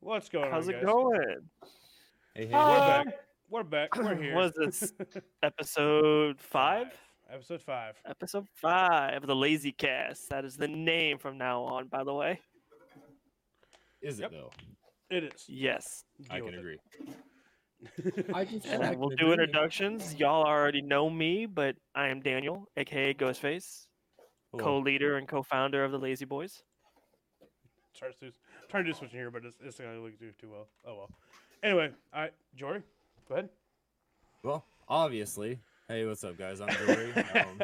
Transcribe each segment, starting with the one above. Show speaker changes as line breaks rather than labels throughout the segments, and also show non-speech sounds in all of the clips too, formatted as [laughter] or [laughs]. What's going
How's
on?
it [clears throat]
guys?
going?
Hey, hey,
We're
Hi.
back. We're
[laughs]
back. We're
[clears throat]
here.
What is this? Episode five?
Episode five.
Episode five of the Lazy Cast. That is the name from now on, by the way.
is it
Yep.
though?
It is.
Yes.
I
Deal
can
with
agree.
it.
[laughs] I just
And then we'll do introductions. Y'all already know me, but I am Daniel, aka Ghostface, co leader and co founder of the Lazy Boys.
Trying to do- trying to do switching here, but it's, it's not going to do too well. Oh well. Anyway, all right, Jory, go ahead.
Well, obviously. Hey, what's up, guys? I'm
[laughs]
Jory. um,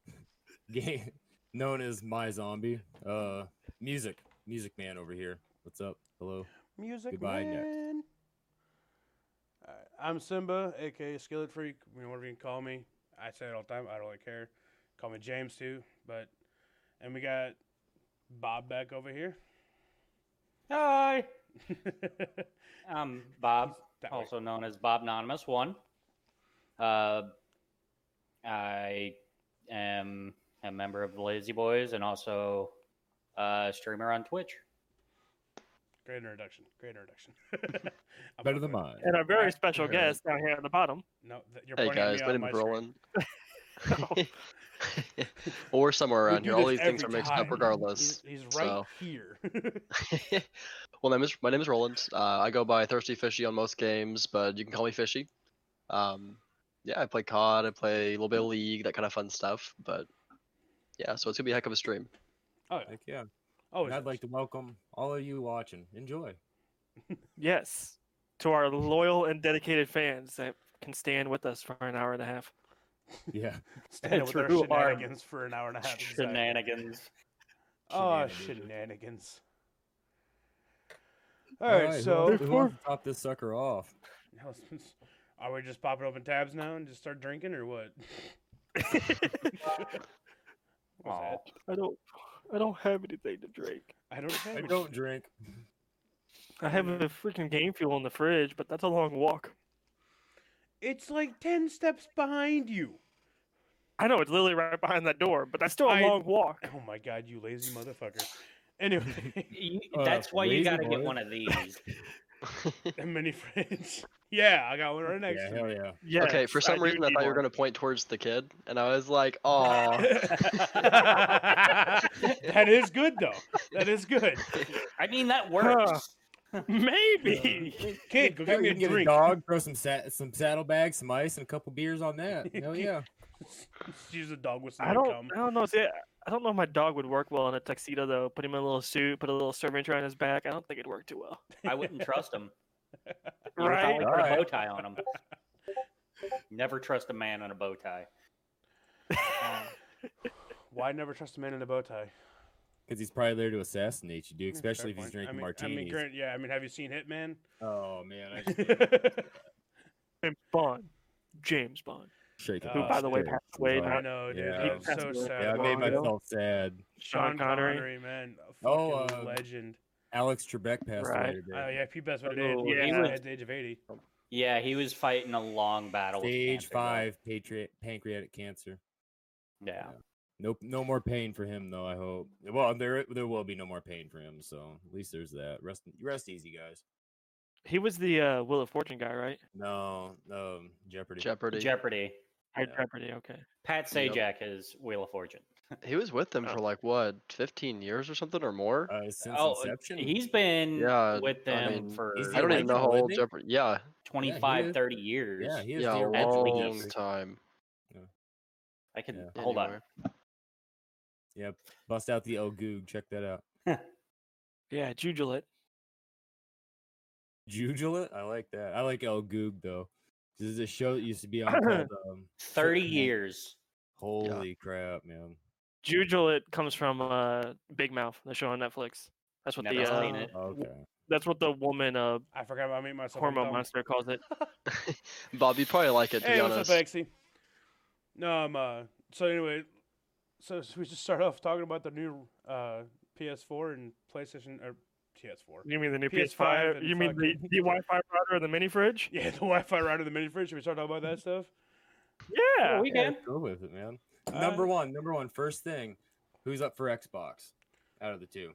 [laughs] game, known as My Zombie. Uh, music, music man over here. What's up? Hello.
Music
Goodbye,
man.
next.
All right, I'm Simba, aka Skillet Freak. You know, whatever you can call me. I say it all the time. I don't really care. Call me James too. But and we got Bob back over here.
[laughs] Hi.
That
I'm Um, Bob,
way.
Oh,
also known as Bob Anonymous One. Uh, I am a member of the Lazy Boys and also a streamer on Twitch.
Great introduction. Great introduction. [laughs] I'm
Better
not
than
gonna-
mine.
And our very
Right.
special
Very-
guest down here at the bottom.
No, th- you're
Hey
pointing at
guys,
me
my
on
name's
screen.
Roland.
Oh.
[laughs]
well, we're somewhere
We
around
do
here. All
this
these things are
every
mixed
time.
up regardless.
He's, he's right
so.
here. [laughs] Oh,
[laughs] well, my name is, my name is Roland. Uh, I go by Thirsty Fishy on most games, but you can call me Fishy. Um, yeah, I play COD. I play a little
Mm-hmm.
bit of League, that kind of fun stuff. But yeah, so it's gonna be a heck of a stream.
oh, yeah.
Heck yeah.
oh,
And I'd like to welcome all of you watching. Enjoy.
[laughs]
Yes. To our loyal and dedicated fans that can stand with us for an hour and a half.
Yeah.
[laughs]
stand with our
Through our
shenanigans for an hour and a half. exactly.
Shenanigans.
[laughs] Oh,
Shenanigans.
shenanigans. All right,
who
so
wants- who wants to top this sucker off?
Now it's- are we just popping open tabs now and just start drinking or what? [laughs] What was that?
I don't I don't have anything to drink.
I don't.
I
think-
don't drink.
I have a freaking game fuel in the fridge, but that's a long walk.
It's like ten steps behind you.
I know it's literally right behind that door, but that's still a
I-
long walk.
Oh my god, you lazy motherfucker. Anyway, [laughs]
You,
Uh,
that's why you
Lazy
got to get [laughs]
Boys?
one of these.
and many friends. [laughs] Yeah, I got one right next
Yeah,
to
hell
me.
yeah.
Yeah.
okay, for some reason I thought you were gonna point towards the kid, and I was like, "Oh,
[laughs] that is good though. That is good.
I mean, that works.
Maybe.
Kid, go
Hell,
get me
you
a
can get
drink.
a dog, throw some sa- some saddlebags, some ice, and a couple beers on that.
[laughs]
Hell yeah.
She's a dog whistle.
I don't.
um,
I don't know. See, I- I don't know if my dog would work well in a tuxedo though. Put him in a little suit, put a little servant on his back. I don't think it'd work too well.
I wouldn't
[laughs]
trust him. You would
Right?
probably put a
Right.
bow tie on him. Never trust a man in a bow tie. Um,
Why never trust a man in a bow tie?
Because he's probably there to assassinate you, dude.
Yeah,
Especially if
fair
he's
point.
drinking
I mean,
martinis.
I mean, Grant, yeah. I mean, have you
[laughs]
seen Hitman?
oh man, I just
And Bond, James Bond,
[laughs] shake.
Who,
it
who
Oh,
off.
by the way
Yeah,
passed away.
Uh, sorry.
I
Not
know, dude.
Yeah.
That's so
Yeah,
sad.
Yeah, I made
Bond.
myself sad.
Sean Connery.
man, a fucking
Oh, uh,
legend.
Alex Trebek passed
Right.
away today.
Oh yeah, Pete Best what it
Oh,
is.
he
Yeah,
was-
at the age of eighty.
Yeah, he was fighting a long battle. with
Stage
cancer, though.
five patri- pancreatic cancer.
Yeah.
Nope, no more pain for him though. I hope. Well, there there will be no more pain for him. So at least there's that. Rest rest easy, guys.
He was the uh, Wheel of Fortune guy, right?
No, um, Jeopardy.
Jeopardy."
Jeopardy.
Or
Yeah.
Jeopardy. Okay.
Pat
Yep.
Sajak is Wheel of Fortune.
He was with
Oh.
them for like what, 15 years or something or more.
Uh, since
Oh,
inception,
he's been
Yeah,
with
I
them
mean,
for
he's
I don't even know how
Original, isn't
old
he?
Jeopardy. Yeah,
twenty-five,
is.
thirty years.
yeah, he is
yeah,
the
a
That's
original
what he
long
is.
time.
I can
Yeah.
hold on.
Anyway.
Yep, bust out the old goog. Check that out.
Yeah, Jugulate.
Jugulant, I like that. I like El Goog though. This is a show that used to
[clears throat]
be on. called, um,
Thirty
Footnote.
years.
Holy crap, man!
Jugulate comes from uh, Big Mouth, the show on Netflix. That's what
Never
the
seen
uh,
it.
Okay,
that's what the woman uh,
I forgot about me myself. on
hormone
thumb.
monster calls it.
Bob, you probably like it to
Hey,
be
what's
honest.
up, Exy? No, I'm. Uh, so anyway, so should we just start off talking about the new uh, PS4 and PlayStation or PS4.
You mean the new
PS5
PS5?
and
You mean the,
fucking-
the Wi-Fi router and the mini fridge?
[laughs] Yeah, the Wi-Fi router, the mini fridge. Should we start talking about that
Mm-hmm.
stuff?
Yeah.
we
yeah,
can.
go with it, man.
Uh,
number one, number one, first thing. Who's up for Xbox? Out of the two,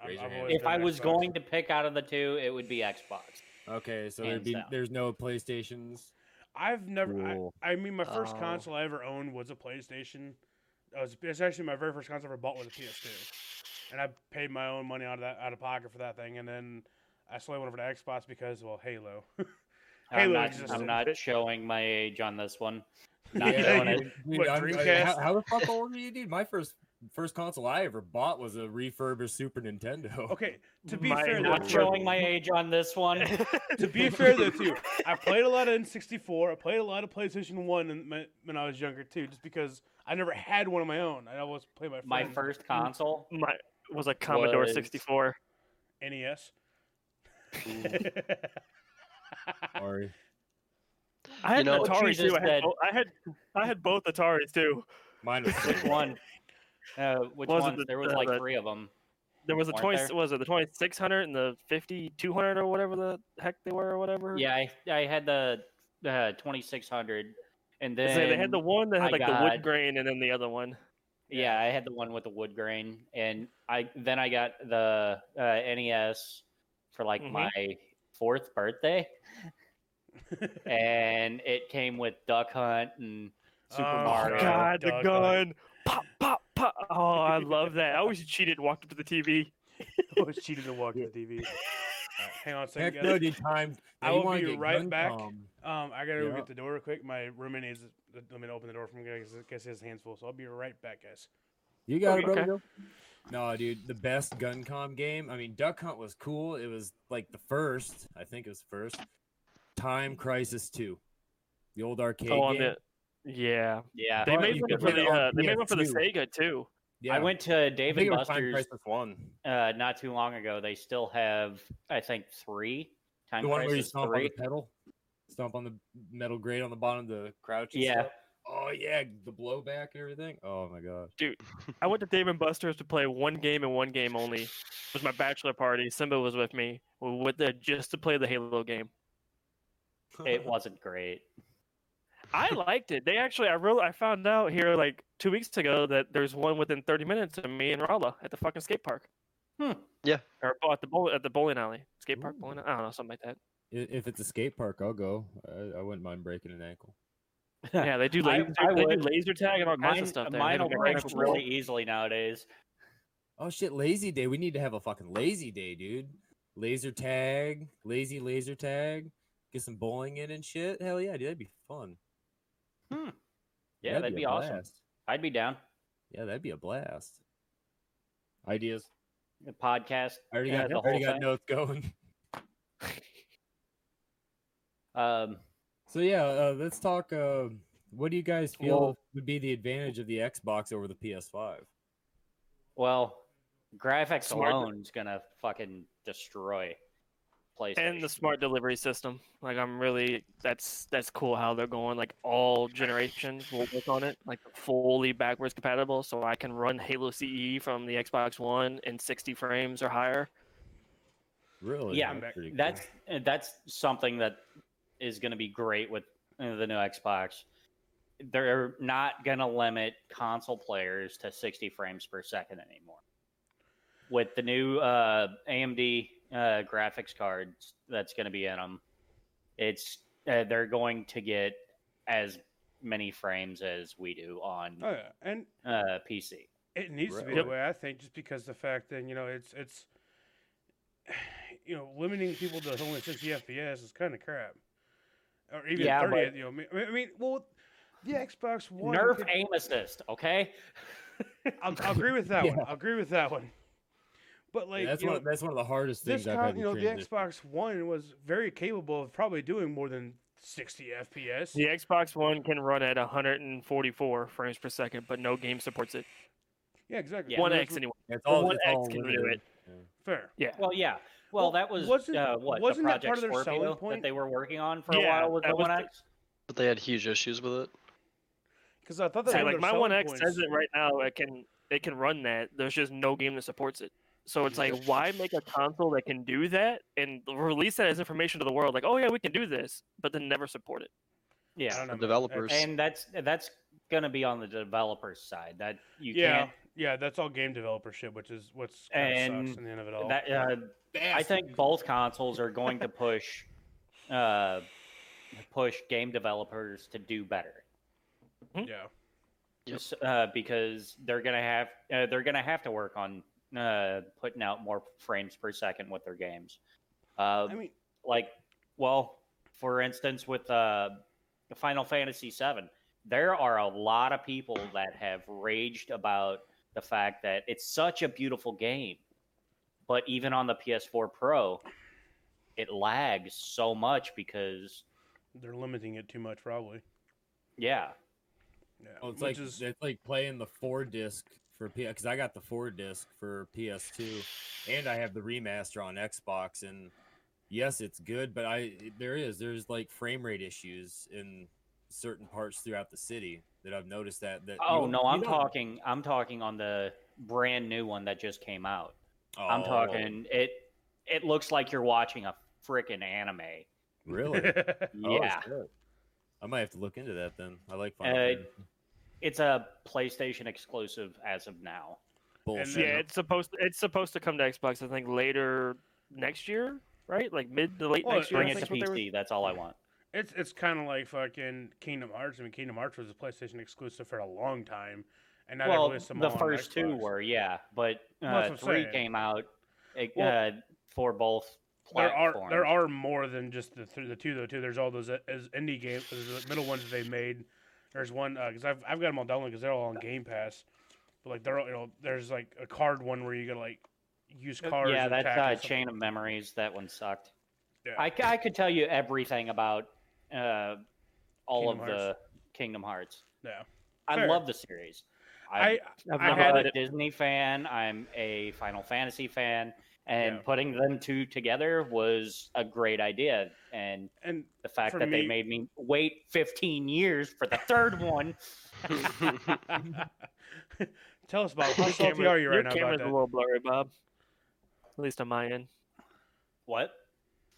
I'm-
Raise your
I've
hand.
always
If
been
I
an
was
Xbox.
going to pick out of the two, it would be Xbox.
okay. So there'd
Hands
be
down.
there's no PlayStations.
I've never.
Cool.
I, I mean, my first
Oh.
console I ever owned was a PlayStation. It was, it's actually my very first console I ever bought was a PS2, and I paid my own money out of that out of pocket for that thing. And then I slowly went over to Xbox because well, Halo. [laughs]
I'm
Halo
not,
existed.
I'm not showing my age on this one. Not
Yeah,
showing
you-
it.
dude,
what,
I'm- I-
Dreamcast?
how, how the fuck old are you, dude? My first first console I ever bought was a refurbished Super Nintendo.
Okay, to be
My
fair,
[laughs]
though,
Not
Lord.
showing my age on this one.
to
[laughs]
be fair though too, I played a lot of N64. I played a lot of PlayStation One in my, when I was younger too, just because I never had one of my own. I always played my
My
friends.
first console.
My was a Commodore
Was-
64.
[laughs]
NES.
Sorry.
I had
know-
an Atari
Jesus
too. I
said-
had, bo- I had I had both Ataris too.
Mine
[laughs]
was
Which
[laughs]
Sega.
one? Uh, which
Was it
one?
the-
There was
uh,
like
the-
three of them.
There was a
Weren't
twenty.
there?
Was it the twenty six hundred and the fifty two hundred or whatever the heck they were or whatever?
Yeah, I, I had the uh, 2600, and then
So they had the one that had
I
like the
got-
wood grain and then the other one.
Yeah, I had the one with the wood grain, and I then I got the uh, NES for like
Mhm.
my fourth
[laughs]
birthday, and it came with Duck Hunt and Super
Oh,
Mario.
God,
God, the
the
dog
gun.
gun. [laughs]
Pop, pop, pop. Oh, I love that. I always cheated and walked up to the TV.
I was cheating to walk to the TV. Alright, hang on a second,
Heck
guys.
no, dude. Time.
I
Now you
will
wanna
be
get
right
gun
back.
calm.
Um, I gotta go
Yeah.
get the door real quick. My roommate needs to let me to open the door for him because I guess he has his hands full. So I'll be right back, guys.
You got it,
Okay.
brother. Joe. No, dude, the best gun com game. I mean, Duck Hunt was cool. It was like the first, I think it was first. Time Crisis Two, the old arcade
Oh, on
game.
the. Yeah.
Yeah,
They
thought
made
you
one
could
for
put
the,
it on
uh, they made one for the
PS2.
Sega too.
I went to
I
Dave
think
and
it was Time
Buster's
Crisis One.
uh, not too long ago. They still have, I think, three Time
the one where you
Crisis
stomp on
three.
the pedal, stomp on the metal grate on the bottom to crouch. and
Yeah.
stuff. Oh yeah, the blowback and everything. Oh my god.
I went to Dave and Buster's to play one game and one game only. It was my bachelor party. Simba was with me. We went there just to play the Halo game.
It wasn't great. [laughs]
I liked it. They actually, I really, I found out here like two weeks ago that there's one within 30 minutes of me and Rala at the fucking skate park.
Hmm.
Yeah.
Or bo- at the bowl at the bowling alley, skate park
Ooh.
bowling. I don't know something like that.
I- If it's a skate park, I'll go. I, I wouldn't mind breaking an ankle.
Yeah, they do
I-
laser,
I
they do
would.
laser tag and all kinds
Mine,
of stuff. There. They
mine
don't
will
get
break
ankle
really
broken.
easily nowadays.
Oh shit, lazy day. We need to have a fucking lazy day, dude. Laser tag, lazy laser tag. Get some bowling in and shit. Hell yeah, dude, that'd be fun.
Hmm. Yeah, that'd,
a
be, awesome.
blast.
I'd be down.
Yeah, that'd be a blast. Ideas.
A podcast.
I already got,
uh, the
I already
whole
got
thing.
notes going. [laughs]
Um,
So yeah, uh, let's talk. Uh, what do you guys feel
Well-
would be the advantage of the Xbox over the PS5?
well, graphics
Smart-
alone is gonna fucking destroy PlayStation.
And the smart delivery system. Like I'm really that's that's cool how they're going. Like all generations will work on it. Like fully backwards compatible, so I can run Halo CE from the Xbox One in 60 frames or higher.
Really?
Yeah,
pretty cool.
that's uh, that's something that is going to be great with uh, the new Xbox. They're not going to limit console players to 60 frames per second anymore. With the new uh, AMD uh, graphics cards that's going to be in them, it's uh, they're going to get as many frames as we do on
Oh, yeah. And
uh, PC.
It needs to be
Right.
the way I think, just because the fact that you know it's it's [sighs] you know limiting people to only sixty FPS is kind of crap, or even
Yeah,
thirty.
but-
You know, I mean- I mean, well, the Xbox One.
Nerf
could-
aim assist, okay?
I'll, I'll agree
[laughs]
with that one.
Yeah.
I'll agree with that one. But like
Yeah, that's
you
one.
know,
of- that's one of the hardest
this
things I've had
con-
to
you know the
transition.
Xbox One was very capable of probably doing more than sixty FPS.
The Xbox One can run at 144 frames per second, but no game supports it.
Yeah, exactly.
Yeah.
I mean,
One
that's
X
what-
anyway.
It's
the One
it's
X can do
limited.
it.
fair.
Yeah.
Well, yeah. Well,
Well,
that was
wasn't-
uh, what
wasn't
the
that
project
part of their selling
Scorpio
point?
that they were working on for
Yeah,
a while was
that
the
was
One
the-
X.
But they had huge issues with it.
Because I thought that
Say,
one
like
of their
my
selling
One X
points-
doesn't right now. It can it can run that. There's just no game that supports it. So it's like, why make a console that can do that and release that as information to the world? Like, oh yeah, we can do this, but then never support it.
I
Yeah,
don't know, man.
developers.
and that's that's gonna be on the developer's side. That you
yeah,
can't.
yeah, that's all game developer shit, which is what's kind of
And
sucks in the end of it all.
That uh, I think both consoles are going to push, uh, push game developers to do better.
yeah,
Yep.
S- Uh, because they're gonna have uh, they're gonna have to work on uh, putting out more frames per second with their games. Uh,
I mean,
like well for instance with uh final fantasy 7 there are a lot of people that have raged about the fact that it's such a beautiful game but even on the ps4 pro it lags so much because
they're limiting it too much, probably.
yeah
Yeah,
Oh, it's
which
like
[laughs] is
it's like playing the four disc for PS because I got the four disc for PS2, and I have the remaster on Xbox. And yes, it's good, but I it- there is there's like frame rate issues in certain parts throughout the city that I've noticed that that. you
oh
don't-
no
you
i'm
don't-
talking i'm talking on the brand new one that just came out i'm
Oh,
talking it it looks like you're watching a freaking anime [laughs]
really. Oh,
yeah
shit. I might have to look into that then. I like
Uh,
Final uh,
it's a playstation exclusive as of now
bullshit.
then-
Yeah, it's supposed it's supposed to come to Xbox. I think later next year, right? Like mid to late
Well,
next year.
Bring
I
it
think
to
think's what they were-
PC. That's all I want.
it's it's kind of like fucking Kingdom Hearts. I mean, Kingdom Hearts was a PlayStation exclusive for a long time, and now
well,
they released them
the
all on
first two
Xbox.
were, yeah, but
Well, that's
uh,
what I'm
three
saying.
came out uh,
Well,
uh, for both
There
platforms.
are there are more than just the th- the two though too. There's all those uh, as indie games, there's the middle ones that they made. There's one because I've I've got them all downloaded because they're all on Game Pass. But like they're all, you know there's like a card one where you gotta like use cards.
yeah,
and
that's
attack
uh,
and stuff
Chain
like
of Memories. That one sucked.
Yeah.
I, c- I could tell you everything about uh, all
Kingdom
of
Hearts.
the Kingdom Hearts.
Yeah.
I
Fair.
love the series. I'm,
I
I've
I
I'm
never
had
a
played it.
Disney fan. I'm a Final Fantasy fan, and
Yeah.
putting them two together was a great idea. And
and
the fact
For
that
me-
they made me wait 15 years for the
[laughs]
third one.
Tell
[laughs]
us about how
Your
salty
camera-
are you right
your
now
camera's
about
a
that?
little blurry, Bob. At least on my end,
What?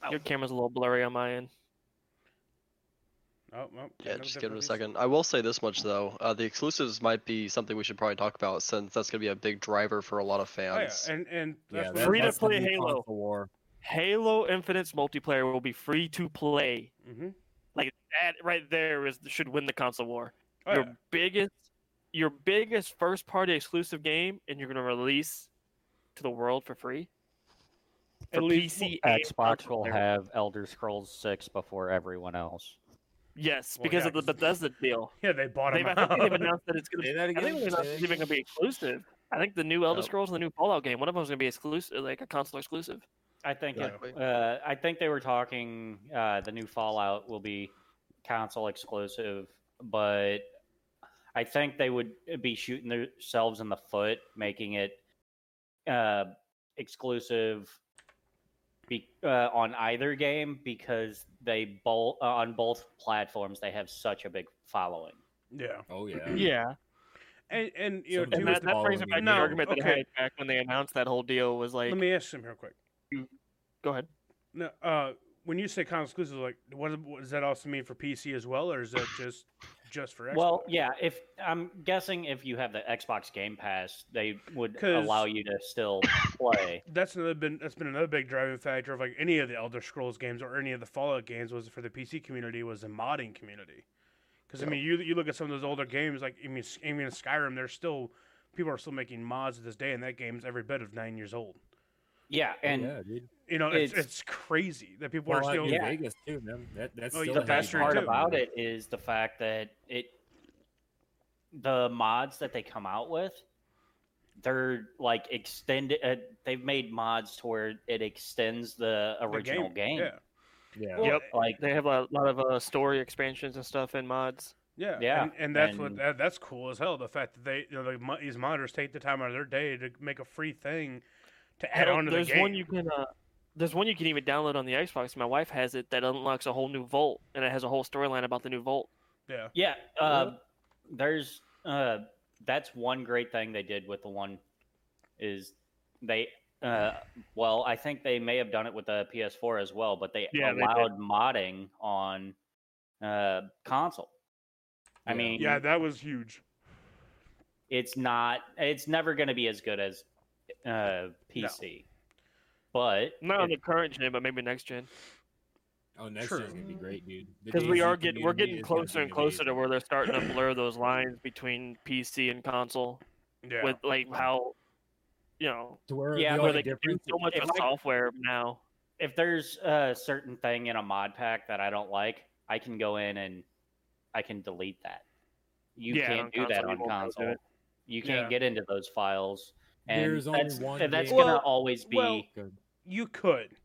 Oh.
your camera's a little blurry on my end.
Oh, oh,
Yeah,
technical
just give it a
difficulties.
second. I will say this much though: uh, the exclusives might be something we should probably talk about, since that's going to be a big driver for a lot of
Oh, yeah,
fans.
and and
Yeah, that-
that's what
Free to
that's the
play
new
Halo.
console war.
Halo Infinite's multiplayer will be free to play.
Mm-hmm.
That right there is should win the console war.
Oh,
your
yeah.
biggest, your biggest first party exclusive game, and you're gonna release to the world for free. For
At least-
PC, and
Xbox
console
will
there.
have Elder Scrolls Six before everyone else.
Yes,
Well,
because
yeah,
of the
'cause-
Bethesda deal.
Yeah, they bought
They've,
them
I think they've [laughs]
[laughs] out.
announced that it's gonna.
Say that
I think
again,
they've announced
say
it's
that
even gonna be exclusive. I think the new Elder
Nope.
Scrolls and the new Fallout game, one of them is gonna be exclusive, like a console exclusive.
I think
Yeah.
it, uh, I think they were talking uh, the new Fallout will be console exclusive, but I think they would be shooting themselves in the foot making it uh, exclusive be, uh, on either game because they both uh, on both platforms they have such a big following.
yeah,
Oh yeah.
Yeah,
and and you know,
and
Some of
too,
was
that,
with
them
the,
that brings
following
it back to the
No,
argument that I
okay.
had back when they announced that whole deal was like,
let me ask him real quick.
go ahead.
No, uh, when you say console exclusive, like, what, what does that also mean for PC as well, or is that just just for Xbox?
Well, yeah, if I'm guessing if you have the Xbox Game Pass, they would
'Cause-
allow you to still
[coughs]
play.
that's another been that's been another big driving factor of like any of the Elder Scrolls games or any of the Fallout games was for the PC community was the modding community. Because I mean, you you look at some of those older games like I mean, S- I mean Skyrim, there's still people are still making mods to this day, and that game's every bit of nine years old.
Yeah, and
Oh, yeah, dude.
You know, it's, it's,
It's-
crazy that people
Well,
are still
in
yeah.
Vegas too, man. That, that's
Oh,
still
yeah,
the
a
best
true
major
part
too.
deal.
about it is the fact that it the mods that they come out with they're like extended uh, they've made mods to where it extends the
the
original game,
Yeah,
Yeah.
Well,
Yep.
like
They have a lot of uh, story expansions and stuff and mods.
Yeah,
Yeah,
and, and that's what
and-
that, that's cool as hell. The fact that they, you know, the, mo- these monitors take the time out of their day to make a free thing to add
Hell,
on to the
there's
game.
one you can. Uh, there's one you can even download on the Xbox. My wife has it that unlocks a whole new vault, and it has a whole storyline about the new vault.
yeah,
yeah uh, there's uh that's one great thing they did with the one is they uh well i think they may have done it with the ps4 as well but they
Yeah, they did.
allowed modding on uh console i
Yeah.
mean
yeah, that was huge.
it's not it's never going to be as good as uh pc but
Not on
it-
the current gen, but maybe next gen.
Oh, next
True.
year's gonna be great, dude. The
Because we
DayZ
are getting we're getting
community is gonna
closer
be
and closer to
amazing.
where they're starting to blur those lines between PC and console
Yeah,
with like how you know
to where
Yeah,
the
where they
only
can do
difference
so
is-
much
if
with
I-
software now.
if there's a certain thing in a mod pack that i don't like i can go in and i can delete that you
Yeah, on
can't do that
console, you
on
won't be able to do
console
it.
you can't
Yeah.
get into those files and
There's only
that's,
one
and that's
game-
going to
Well-
always be
well, you could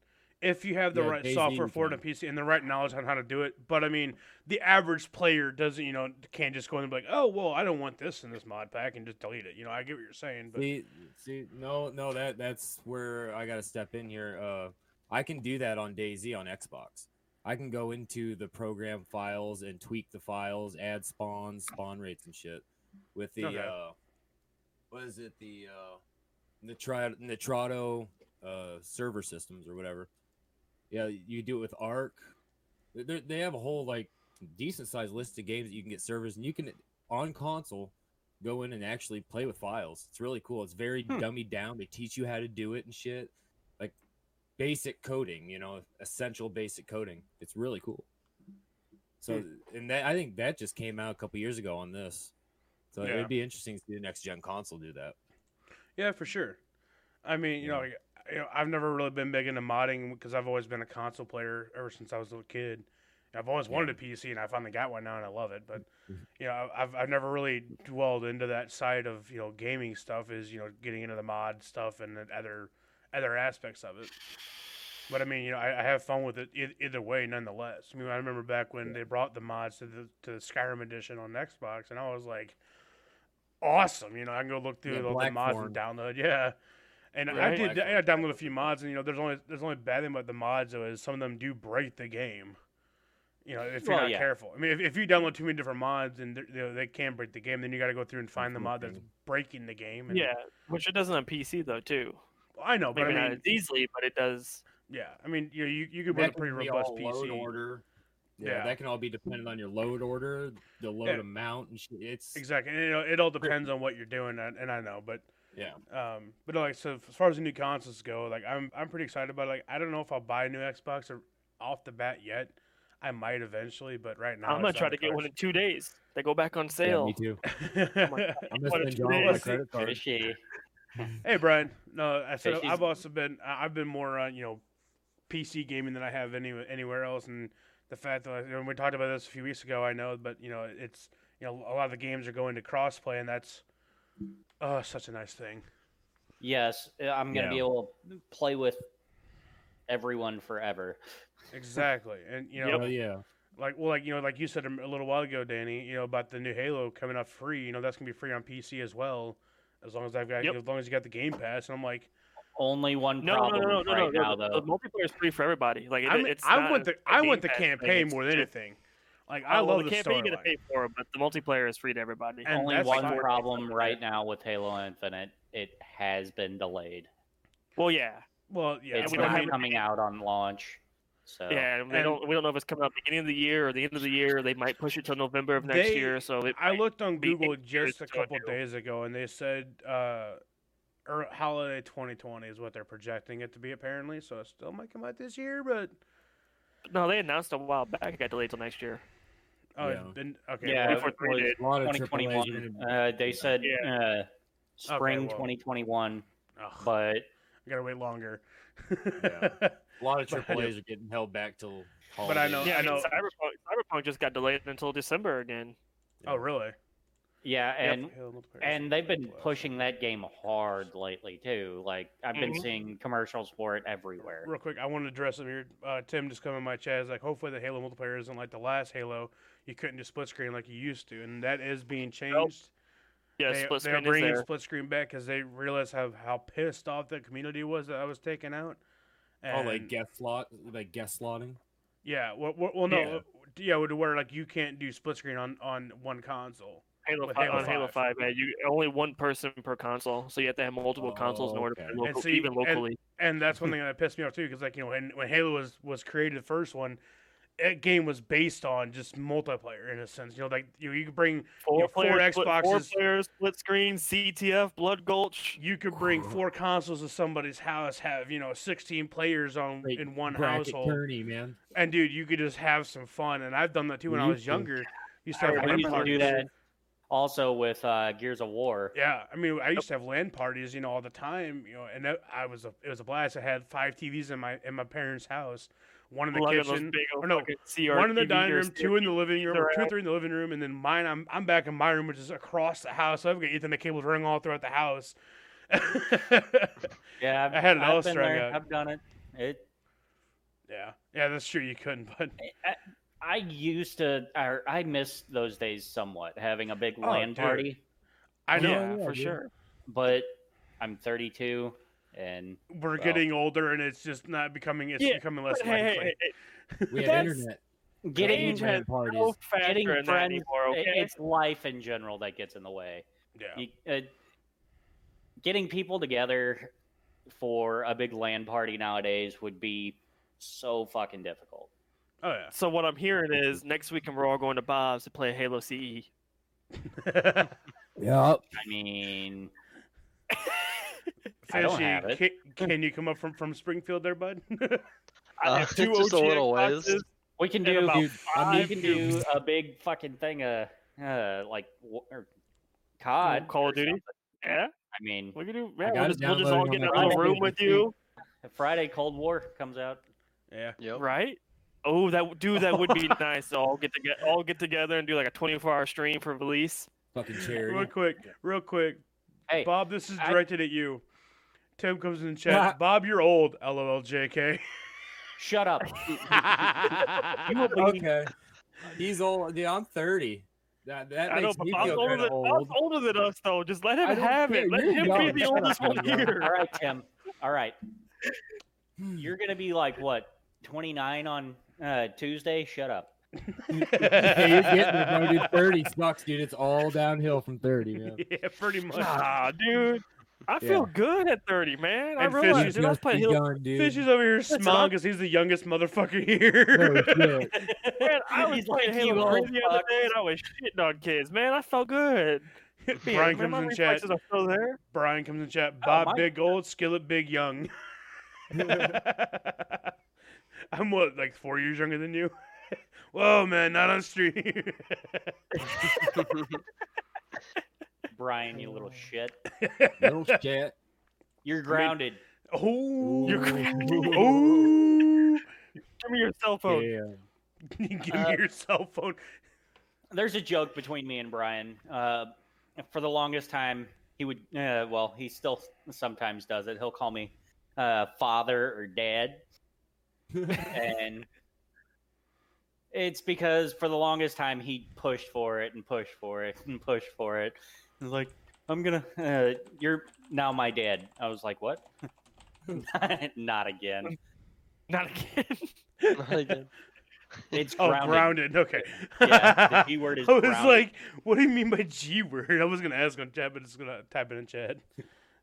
if you have the
Yeah,
right
DayZ
software
you
for it on
can.
PC and the right knowledge on how to do it. But I mean, the average player doesn't, you know, can't just go in and be like, "Oh, well, I don't want this in this mod pack," and just delete it. You know, I get what you're saying, but
See, see, no, no, that that's where I gotta step in here. Uh, I can do that on DayZ on Xbox. I can go into the program files and tweak the files, add spawns, spawn rates, and shit. With the
Okay.
uh, what is it? The uh, Nitri- Nitrado uh, server systems or whatever. Yeah, you do it with Arc. They- They they have a whole like decent sized list of games that you can get servers, and you can on console go in and actually play with files. It's really cool. It's very
Hmm.
dummied down. They teach you how to do it and shit, like basic coding. You know, essential basic coding. It's really cool. So,
Hmm.
and that I think that just came out a couple years ago on this. So
Yeah.
it'd be interesting to see the next gen console do that.
Yeah, for sure. I mean, you know,
Yeah.
like, you know, I've never really been big into modding because I've always been a console player ever since I was a little kid. And I've always wanted a PC, and I finally got one now, and I love it. But you know, I- I've I've never really dwelled into that side of you know gaming stuff is you know getting into the mod stuff and the other other aspects of it. But I mean, you know, I, I have fun with it eith- either way, nonetheless. I mean, I remember back when they brought the mods to the to the Skyrim edition on Xbox, and I was like, awesome. You know, I can go look through
Yeah,
all the mods
Blackthorn.
and download. Yeah, and I
Right.
did. I
Blackthorn.
downloaded a few mods, and you know, there's only there's only bad thing about the mods though is some of them do break the game. You know, if you're
Well,
not
yeah.
careful. I mean, if, if you download too many different mods and they're- you know, they can break the game, then you got to go through and find the mod that's
Unfortunately.
breaking the game. And,
Mm-hmm. Yeah, which it doesn't on PC though too.
I
Oh,
know, but
Maybe
I
not
mean,
as easily, but it does.
yeah, I mean, you you, you could build a
That
pretty
can be
robust
all
PC.
Load order. Yeah,
Yeah.
that can all be dependent on your load order, the load
Yeah.
amount, and shit. It's
Exactly. And, you know, it all depends on what you're doing, and, and I know, but
Yeah.
Um, but like, so as far as the new consoles go, like I'm I'm pretty excited about. It. Like, I don't know if I'll buy a new Xbox or off the bat yet. I might eventually, but right now
I'm gonna
it's
try
on
to
the
get one in
cards.
two days. They go back on
Yeah,
sale.
me too. I'm
What
gonna
if
spend all my
today's-
credit card.
Fishy.
Hey Brian, no, I said
Hey, she's-
I've also been I- I've been more on you know PC gaming than I have any, anywhere else, and the fact that you know, we talked about this a few weeks ago, I know, but you know it's you know a lot of the games are going to crossplay, and that's oh such a nice thing.
Yes, I'm gonna be
Yeah.
able to play with everyone forever.
Exactly, and you know
Oh, yeah.
like well like you know like you said a m- a little while ago danny you know about the new halo coming up free you know that's gonna be free on pc as well as long as i've got
Yep.
as long as you got the game pass and i'm like
Only one
No, no,
problem
no, no, no,
right
no.
now,
the,
though.
the multiplayer is free for everybody. Like it,
I'm,
it's
i
not
want
a-
the
a
i
Game
want the
Pass thing,
campaign
it's
more than
just-
anything like i
Oh, well,
love the,
campaign you gotta
storyline
pay for, but the multiplayer is free to everybody.
and
Only
that's
one
fine.
problem right now with Halo Infinite. It has been delayed.
[laughs] well, yeah,
well yeah
it's
we
but
don't
I
not
have
mean,
coming out on launch. So
yeah. and we
And-
don't we don't know if it's coming out beginning of the year or the end of the year. They might push it till November of next
They-
year. So it
i
might-
looked on
be
google
eight years
just a
till
couple
June.
days ago and they said uh or holiday 2020 is what they're projecting it to be apparently so it still might come out this year but
No, they announced a while back. It got delayed till next year.
oh it's
Yeah.
been okay
yeah,
well,
it
for three
was
days.
A lot of AAA's
2021.
gonna-
Uh, they said uh, spring
well.
2021,
ugh,
but
I gotta wait longer
Yeah. a lot of
But-
AAA's are getting held back till.
But I know-
holidays.
Yeah, I
know.
know. Cyberpunk, Cyberpunk just got delayed until December again.
[laughs] oh really
yeah,
Yep.
and
Halo multiplayer is
and they've been
multiplayer.
pushing that game hard lately too. Like I've been
Mm-hmm.
Mhm.
seeing commercials for it everywhere.
Real quick, I want to address it here. Uh, Tim just come in my chat. Is like, hopefully the Halo multiplayer isn't like the last Halo. You couldn't do split screen like you used to, and that is being changed.
Yeah,
they,
split
they
screen
are
is
bringing
there.
split screen back because they realize how how pissed off the community was that I was taken out.
Oh,
And
like guest slot, like guest slotting.
yeah, well, well, well no,
Yeah.
yeah. yeah, to where like you can't do split screen on on one console.
Halo
with
5,
Halo
on Halo
5.
5, man, you only one person per console, so you have to have multiple consoles in
Oh,
order to
okay.
play local,
And see,
even
and-
locally.
and that's
[laughs]
one thing that pissed me off too, because like you know when when Halo was was created, the first one, that game was based on just multiplayer in a sense. You know, like you you could bring
Four,
know, four
players, split, four
Xboxes.
players, split screen, CTF, Blood Gulch.
you could bring
[laughs]
four consoles to somebody's house, have you know sixteen players on
Like,
in one
bracket
household,
tourney, man.
and dude, you could just have some fun. And I've done that too when I
You
was
could-
younger. Used to
I
have
remember
LAN
they do
parties.
that also with uh, Gears of War.
Yeah, I mean, I used to have LAN parties, you know, all the time, you know, and that, I was a, it was a blast. I had five TVs in my in my parents' house, one in the
Lugging those
kitchen,
big old
or no,
fucking CRT
one in the dining
meters,
room, two
[laughs]
in the living room, or two or
around.
three in the living room, and then mine. I'm I'm back in my room, which is across the house. I've got Ethernet cables running all throughout the house. [laughs]
Yeah, I've,
I had it all
I've been
strung
there.
out.
I've done it. It.
yeah, yeah, that's true. You couldn't, but
I used to. I, I miss those days somewhat, having a big
Oh,
LAN
dude. Oh,
party.
I know
yeah,
yeah,
for
dude.
sure.
But I'm 32, and
we're
Well.
getting older, and it's just not becoming. It's
Yeah,
becoming
But
less
hey,
likely.
hey, hey, hey,
We had
That's-
internet.
getting
Age
Age man
has
parties.
no factor
getting
in that
friends-
anymore.
it-
Okay?
it's life in general that gets in the way.
yeah,
You, uh, getting people together for a big LAN party nowadays would be so fucking difficult.
oh
So what I'm hearing is next week and we're all going to Bob's to play Halo E. CE.
[laughs]
yeah.
Yeah.
I mean, I don't
Fishy,
have it.
can,
[laughs]
can you come up from from Springfield there, bud? [laughs]
I
Uh, [laughs]
have two
just a
OG
little ways.
Xboxes
we
and
can do
about
Dude,
I mean,
five
you can
new
do a big fucking thing, uh, uh like w- or COD,
Call of
or
Duty?
something.
Yeah,
I mean,
we can do.
I
Yeah,
got
we'll
it
just, we'll just all
downloaded
get in
on
a
my
little
computer
room with
this week.
you,
Friday Cold War comes out.
yeah.
Yep.
right? Oh, that w- dude, that
[laughs]
would be nice. to All get together, all get together and do like a 24-hour stream for release.
Fucking
Real
charity.
quick, real quick,
Hey,
Bob. This is
I-
directed at you. Tim comes in the chat. Bob, you're old. LOL, [laughs] JK.
[laughs]
shut up.
I
You [laughs] will be-
okay. [laughs] He's old. Yeah, I'm 30. That that
I
makes
know, but
me
Bob's
feel
older,
kind
than,
of
Bob's
old.
older than us, though. Just let
I
him
don't
have
care,
it. Let
you're
him
young,
be the
shut
oldest
up,
one
you're young.
here.
All right, Tim. All right,
Hmm.
you're gonna be like what 29 on uh, Tuesday? Shut up.
Hey, you're getting it, bro, dude. 30 sucks, dude. It's all downhill from 30, man.
[laughs] yeah,
[laughs]
pretty much.
Nah, dude. I feel good at 30, man. I
And
realized,
Fisher's
dude, I was playing Halo
begun, dude.
Fish is over here smiling
not-
because he's the youngest motherfucker [laughs]
No
here.
shit.
Man, I was [laughs]
He's
playing
like, "You
Halo
old
3 the other [laughs]
fuck."
day and I was shitting on kids, man. I felt good.
Brian comes
my
in chat.
reflexes Are still there.
Brian comes in chat.
Oh,
Bob
my-
Big Old, Skillet Big Young. [laughs] I'm what, like four years younger than you? [laughs] Whoa, man, not on stream. [laughs]
[laughs]
Brian, you little shit.
Little shit.
You're grounded.
oh,
You're
[laughs] oh.
Give me your cell phone.
Yeah.
[laughs] Give
Uh,
me your cell phone.
There's a joke between me and Brian. Uh, for the longest time, he would, uh, well, he still sometimes does it. He'll call me uh, father or dad. [laughs] and it's because for the longest time he pushed for it and pushed for it and pushed for it. He's like, I'm gonna, uh, you're now my dad. I was like, what? [laughs] Not again.
Not again.
Again.
It's
Oh,
grounded.
grounded. Okay.
Yeah,
[laughs]
[laughs]
the G word is
I was
grounded.
like, what do you mean by G word? I was gonna ask on chat, but it's gonna type it in chat.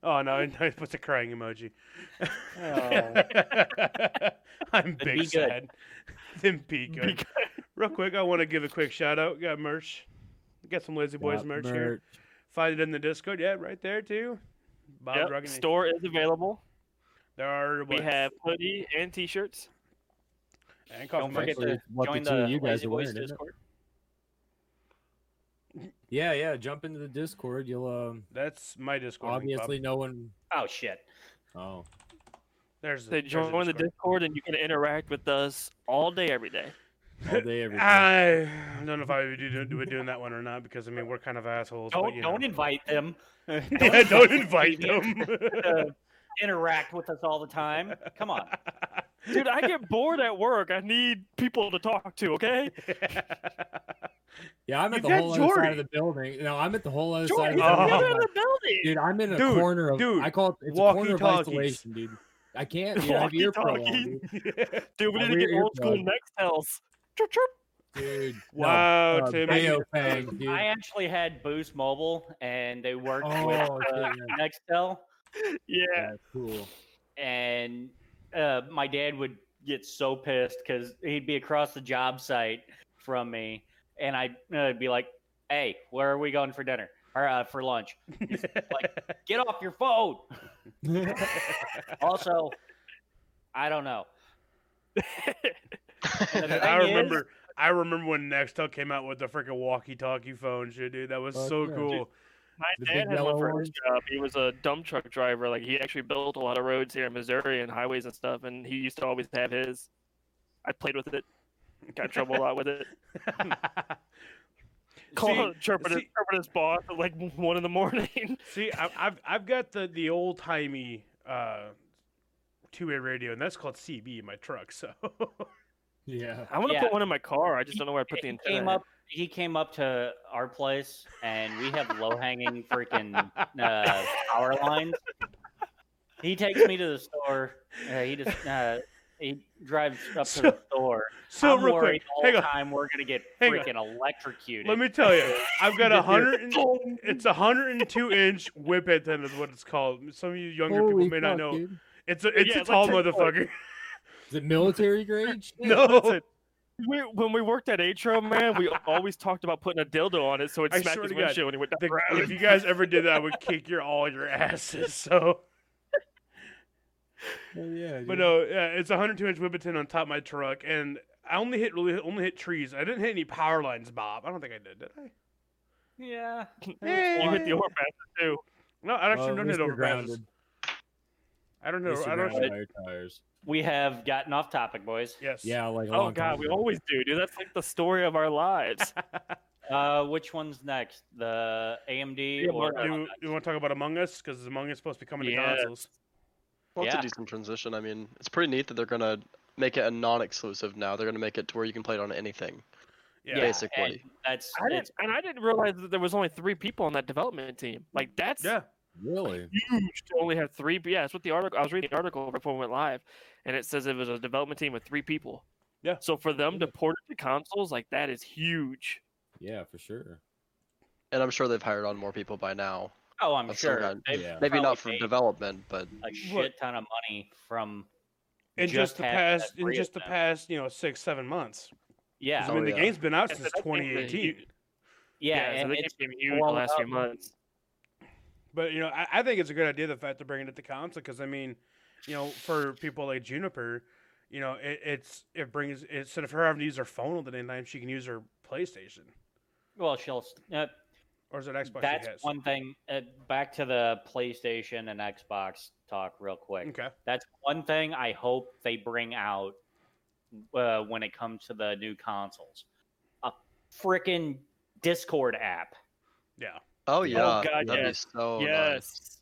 Oh no, it it puts a crying emoji. [laughs] I'm
Then
big
be good.
sad. [laughs] Then be good. Real quick, I want to give a quick shout out. Got merch. Got some Lazy Boys
Got
merch, here. Find it in the Discord. Yeah, right there too. Bob
Yep,
Rugged-
Store is available.
There are
We
what,
have hoodie and t-shirts.
and coffee
Don't forget
Actually,
mugs.
to
it's what the
join
two
the
of you guys
Lazy
are
Boys
wearing, isn't it?
Discord.
Yeah, yeah. Jump into the Discord. You'll um.
That's my Discord. link, Bob.
Obviously, no one.
Oh shit!
[laughs]
Oh,
there's
They
there's a
join the
Discord.
Discord and you can interact with us all day, every day.
all day every day.
I don't know if I would do, do doing that one or not because I mean we're kind of assholes. but,
Don't
you
don't
know.
[laughs]
invite them.
[laughs] yeah, don't invite them.
[laughs] Interact with us all the time. Come on.
Dude, I get bored at work. I need people to talk to. Okay.
Yeah, I'm
You
at the
got
whole other side
Jordy.
of the building. No, I'm at the whole other side.
Jordan,
Of
he's on
the
Oh.
the other end
building.
of the building.
dude, I'm in a
Dude,
corner of.
dude,
I call it. It's a corner of
walkie-talkies.
isolation, dude. I
[laughs]
can't. Dude, I have ear pro on, dude.
Dude, we need to
I wear
get old school
earplugs.
Nextels. Chirp, chirp.
Dude,
[laughs]
no,
wow,
uh,
Timmy.
Bayo
[laughs]
Fang, dude.
I actually had Boost Mobile, and they
[laughs]
worked with
Oh, shit, yeah,
Nextel,
Yeah.
yeah, cool. [laughs]
and uh, my dad would get so pissed because he'd be across the job site from me, and I'd, uh, be like, "Hey, where are we going for dinner or uh, for lunch? Get off your phone!" also, I don't know. And the thing
I
is-
remember.
[laughs]
I remember when Nextel came out with the freaking walkie-talkie phone shit, dude. That was
Fuck
so
yeah.
cool.
The
My
big
dad had
yellow
one for
one?
his job. He was a dump truck driver. Like he actually built a lot of roads here in Missouri and highways and stuff. And he used to always have his. I played with it. Got in trouble a lot with
[laughs]
it. Called chirping his,
see-
chirping his boss at like one in the morning. [laughs]
See, I, I've I've got the the old timey uh, two-way radio, and that's called CB in my truck. So [laughs]
yeah.
I want to
Yeah.
put one in my car. I just don't know where I put the
He
antenna. [laughs]
came up. He came up to our place, and we have low hanging freaking uh, power lines. He takes me to the store. Uh, he just uh, he drives up
So-
to the store.
so
I'm
real
worried
quick,
all
hang
the
on.
time we're gonna get
Hang on.
freaking electrocuted.
Let me tell
[laughs]
you, I've got a
Just hear
hundred. and- It's a hundred and two inch whip antenna is what it's called. Some of you younger
Holy
people may not
fuck,
know.
dude.
It's a it's
Yeah,
a
it's
tall
like ten foot. [laughs]
motherfucker. [laughs]
Is it military grade? Shit.
No,
Listen, we, when we worked at Atro, man, we [laughs] always talked about putting a dildo on it so it
I
smacked
swear
his
to God,
windshield when he went down
The-
the road.
if [laughs] you guys ever did that, I would kick your all your asses.
[laughs]
So,
Hell yeah.
but
dude.
no, yeah, it's a hundred two inch whip antenna on top of my truck, and I only hit really only hit trees. I didn't hit any power lines, Bob. I don't think I did. Did I?
yeah.
[laughs] You hit the
Eh.
overpass too.
No, I
Well,
actually
at
don't
least
hit
you're
overpasses.
grounded.
I don't
At
know.
least
I
you're
don't.
grounded by your tires.
We have gotten off topic, boys.
Yes.
Yeah, like a
Oh
long time
god, we
ago.
always do, dude. That's like the story of our lives.
Uh, which one's next? The AMD
Yeah,
or
Do you, want to talk about Among Us? Because Among Us is supposed to be coming
Yes.
to consoles.
Well, it's
Yeah.
a decent transition. I mean, it's pretty neat that they're gonna make it a non-exclusive now. They're gonna make it to where you can play it on anything.
Yeah, and
basically.
That's
I didn't,
it's
and I didn't realize that there was only three people on that development team. Like that's
Yeah.
Really?
huge to only have three. Yeah, that's what the article. I was reading the article before we went live, and it says it was a development team with three people.
Yeah.
So for them to port it to consoles, like that is huge.
Yeah, for sure.
And I'm sure they've hired on more people by now.
Oh, I'm
That's
sure.
not-
They've
Yeah.
Maybe
probably
not for
made
development, but oh,
a
Look.
shit ton of money from
in just,
just
the
having
past
that
in
free
just
of
the
them.
past you know six seven months 'Cause,
yeah.
i
Oh,
mean the
yeah.
game's been out
Yeah,
since
but I think that you-
2018
Yeah,
so
and
they
it's
became huge the
blown
last few
up.
months.
But you know, I, I think it's a good idea the fact they're bringing it to council because I mean, you know, for people like Juniper, you know, it, it's it brings instead of her having to use her phone all the damn time, she can use her PlayStation
well, she'll. st- Uh,
or is it Xbox?
that's
she has?
one thing. Uh, back to the PlayStation and Xbox talk, real quick.
Okay.
That's one thing I hope they bring out uh, when it comes to the new consoles. A freaking Discord app,
Yeah.
Oh yeah,
God,
that'd
yes.
be so nice.
yes.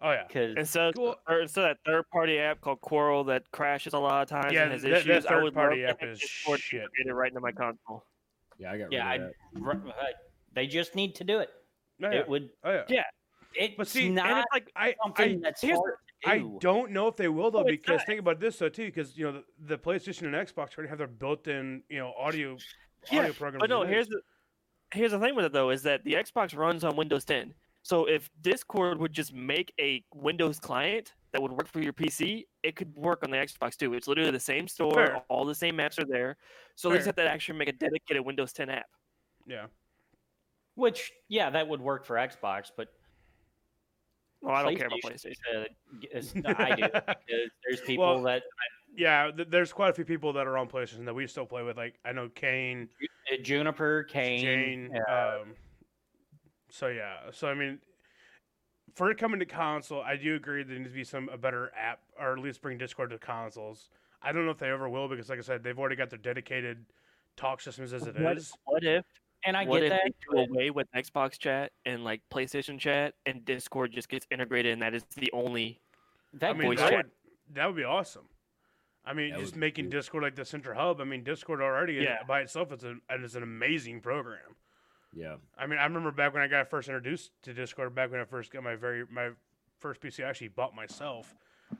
Oh yeah.
because
Instead of,
Cool.
or instead of that third party app called Quarrel that crashes a lot of times
Yeah,
and has
that- that
issues, I would love
third-party
to
app
have
is
Discord
shit.
integrated right into my console.
Yeah, I got rid
yeah, I'd,
of that.
r- uh, they just need to do it.
No, yeah.
It would.
Oh yeah.
Yeah,
It's
But see, and
not
it's like I,
something
I
that's
here's-
hard to
I
do.
don't know if they will though,
No, it's
because
not.
think about this though too, because you know the, the PlayStation and Xbox already have their built-in you know audio
Yeah,
audio programs.
But Oh, no,
as it
here's
is.
the here's the thing with it though is that the Xbox runs on Windows 10. So if Discord would just make a Windows client that would work for your PC, it could work on the Xbox too. It's literally the same store,
Fair.
all the same apps are there. So they just
Fair.
have to actually make a dedicated Windows 10 app.
yeah.
Which, yeah, that would work for Xbox, but
Well, Oh, I don't care about PlayStation.
PlayStation is, uh,
[laughs]
I do. because There's people
Well,
that
[laughs] Yeah, th- there's quite a few people that are on PlayStation that we still play with. Like I know Kane,
uh, Juniper, Kane,
Jane.
uh,
Um, so yeah, so I mean, for it coming to console, I do agree there needs to be some a better app, or at least bring Discord to consoles. I don't know if they ever will because, like I said, they've already got their dedicated talk systems as it is.
What- What if
and I
what
get
if
that.
they do away with Xbox chat and like PlayStation chat and Discord just gets integrated and that is the only
but That
I mean,
voice
that
chat.
would, that would be awesome. I mean,
That would
just
be
making
cool.
Discord like the central hub. I mean, Discord already is-
Yeah.
by itself is an is an amazing program.
Yeah.
I mean, I remember back when I got first introduced to Discord, back when I first got my very my first PC, I actually bought myself,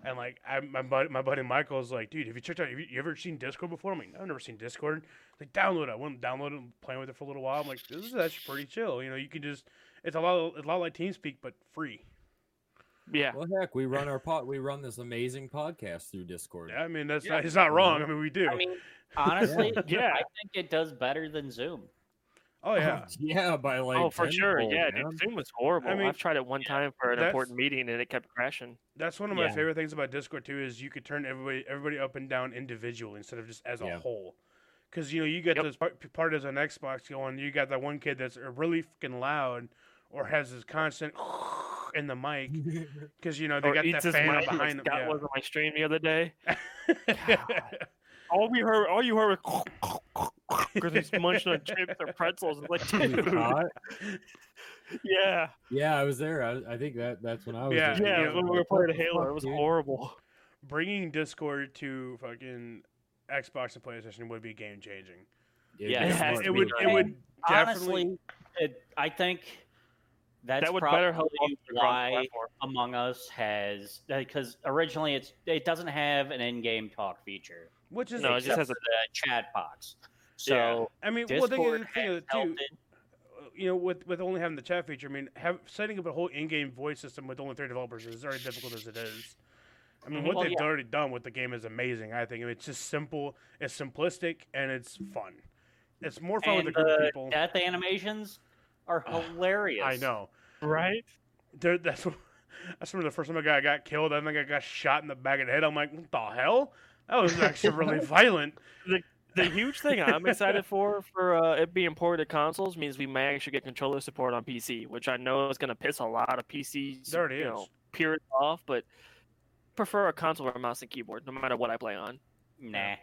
and like I, my buddy, my buddy Michael's like, dude, have you checked out? Have you, you ever seen Discord before? I'm like, no, I've never seen Discord. He's like, download it. I went and downloaded it and playing with it for a little while. I'm like, this is actually pretty chill. You know, you can just it's a lot it's a lot like TeamSpeak but free.
yeah.
Well, heck, we run our pot. We run this amazing podcast through Discord. [laughs]
Yeah, I mean that's
Yeah.
not, it's not wrong. I mean we do. [laughs]
[laughs]
I mean, honestly,
Yeah.
I think it does better than Zoom.
oh yeah.
[laughs] yeah, by like.
oh, for sure.
tenfold,
Yeah,
man.
dude, Zoom was horrible. I
mean,
have tried it one time for an
that's-
important meeting and it kept crashing.
That's one of my
Yeah.
favorite things about Discord too is you could turn everybody everybody up and down individually instead of just as a
Yeah.
whole. Because you know you get
Yep.
those par- parties on Xbox going. You got that one kid that's uh, really fucking loud or has this constant [laughs] in the
[laughs]
mic because you know they
or
got
eats
that
his
fan
mic, like
behind them.
Scott
yeah.
was on my stream the other day.
God.
All we heard, all you heard, was because he's munching on chips or pretzels. It's
[laughs]
like, [laughs]
Holy
dude,
pot.
yeah,
Yeah, I was there. I, I think that that's when I was.
Yeah,
there.
yeah.
you know,
when we were playing Halo,
fuck,
it was
dude?
horrible.
[laughs] Bringing Discord to fucking Xbox and PlayStation would be game changing.
It'd
Yeah,
be
it
a
has
smart
It would.
move.
It would definitely.
Honestly, it, I think that's
That would
probably
better help us with the cross
why
platform.
Among Us has because originally it's it doesn't have an in-game talk feature.
Which is
No, it just
except
has a
for the chat box. So
I mean, well,
Discord
think of the thing
has
is,
helped
too.
it
uh, you know, with with only having the chat feature, I mean, have setting up a whole in-game voice system with only three developers is very difficult as it is. I mean,
Mhm.
what
Mm-hmm. Well,
they've
yeah.
already done with the game is amazing. I think I mean, it's just simple, it's simplistic, and it's fun. It's more fun
and
with a group of
the
people.
death animations are
Ugh,
hilarious.
I know.
Right?
There, that's [laughs] that's when the first time I got, I got killed. I think I got shot in the back of the head. I'm like, what the hell? That was actually
[laughs]
really violent.
The huge thing I'm excited for for uh, it being ported to consoles means we may actually get controller support on PC, which I know is going to piss a lot of PCs
[laughs] There it
you
is.
know, purists off, but prefer a console or a mouse and keyboard, no matter what I play on.
Nah.
And-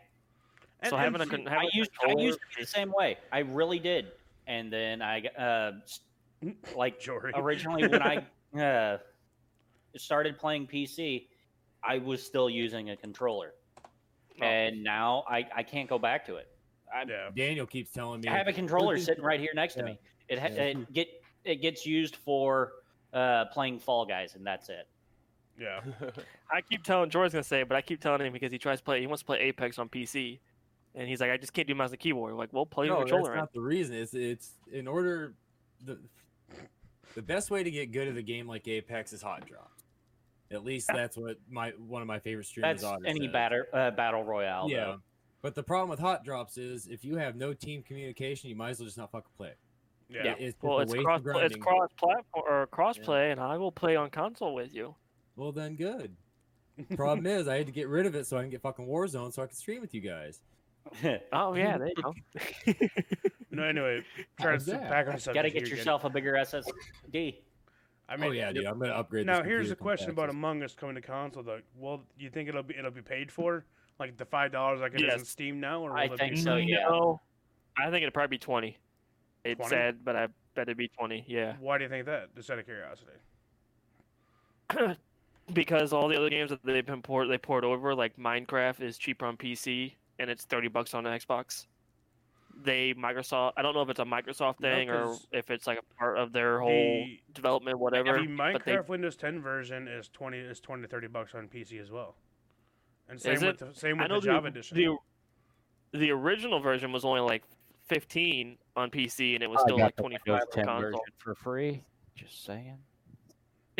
so
and
having a
see-
con-
I
having a
used I
controller
used to be the
is-
same way. I really did. And then I uh s-
[laughs]
like
Jory.
originally when I uh started playing PC, I was still using a controller.
Oh.
And now I I can't go back to it. I,
Yeah.
Daniel keeps telling me.
I have a controller
Freaking-
sitting right here next to
Yeah.
me. It ha-
Yeah.
it get it gets used for uh playing Fall Guys and that's it. [laughs]
Yeah.
I keep telling Jordan's gonna say, it, but I keep telling him because he tries to play. He wants to play Apex on PC, and he's like, I just can't do mouse and keyboard. Like, well, play
no,
your
that's
controller. in.
not the reason. It's it's in order the the best way to get good at a game like Apex is hot drop. At least that's what my one of my favorite streamers.
That's
Otter,
any
says.
battle uh, battle royale.
Yeah.
though.
But the problem with hot drops is if you have no team communication, you might as well just not fucking play it.
Yeah.
Yeah.
It- it's,
Well,
just
it's
a waste of
cross, it's
grinding.
cross platform or cross play, and I will play on console with you.
Well,
[laughs]
then good. Problem is, I had to get rid of it so I can get fucking Warzone so I can stream with you guys.
[laughs]
Oh yeah, there you go.
[laughs]
No, anyway, try to
How's
sit
that?
back on subject.
Gotta get
here again.
yourself a bigger SSD.
I mean,
oh yeah, dude, I'm gonna upgrade.
Now
this
here's
computer
the question about
compact.
Among Us coming to console though. Well, you think it'll be it'll be paid for, like the five dollars like it is on
Yes.
Steam now, or will
I
it
think
be
so, yeah.
No, I think it'd probably be twenty. It
20?
said, but I bet it'd be twenty. Yeah,
Why do you think that? Just out of curiosity.
[clears throat] because all the other games that they've been port they poured over, like Minecraft, is cheaper on PC and it's thirty bucks on Xbox. They Microsoft. I don't know if it's a Microsoft
No,
thing or
'cause
if it's like a part of their whole
the-
development,
The
whatever. but they
Minecraft Windows 10 version is 20 is 20 to 30 bucks on PC as well. And same
Is
with the, same with the Java edition.
The, the original version was only like 15 on PC, and it was
Oh, I
still
got
like
the
25
Windows
on
10
console.
version for free. Just saying.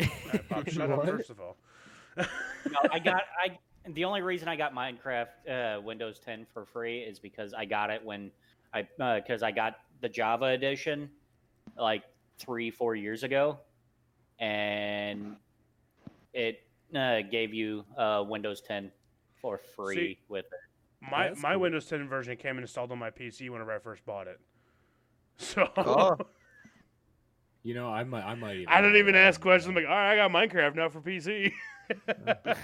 All right, Bob, shut
[laughs]
up
What?
first of all. [laughs]
No, I got I. The only reason I got Minecraft uh, Windows 10 for free is because I got it when I because I got the Java edition like three four years ago, and it uh, gave you uh, Windows 10 for free
See,
with
my
that's
my
cool.
Windows 10 version came installed on my PC whenever I first bought it. [laughs] So [laughs]
Oh.
You know, I might, I might. Even
I didn't even
upgrade
ask
that.
questions. I'm like, all right, I got Minecraft now for [laughs] PC. okay,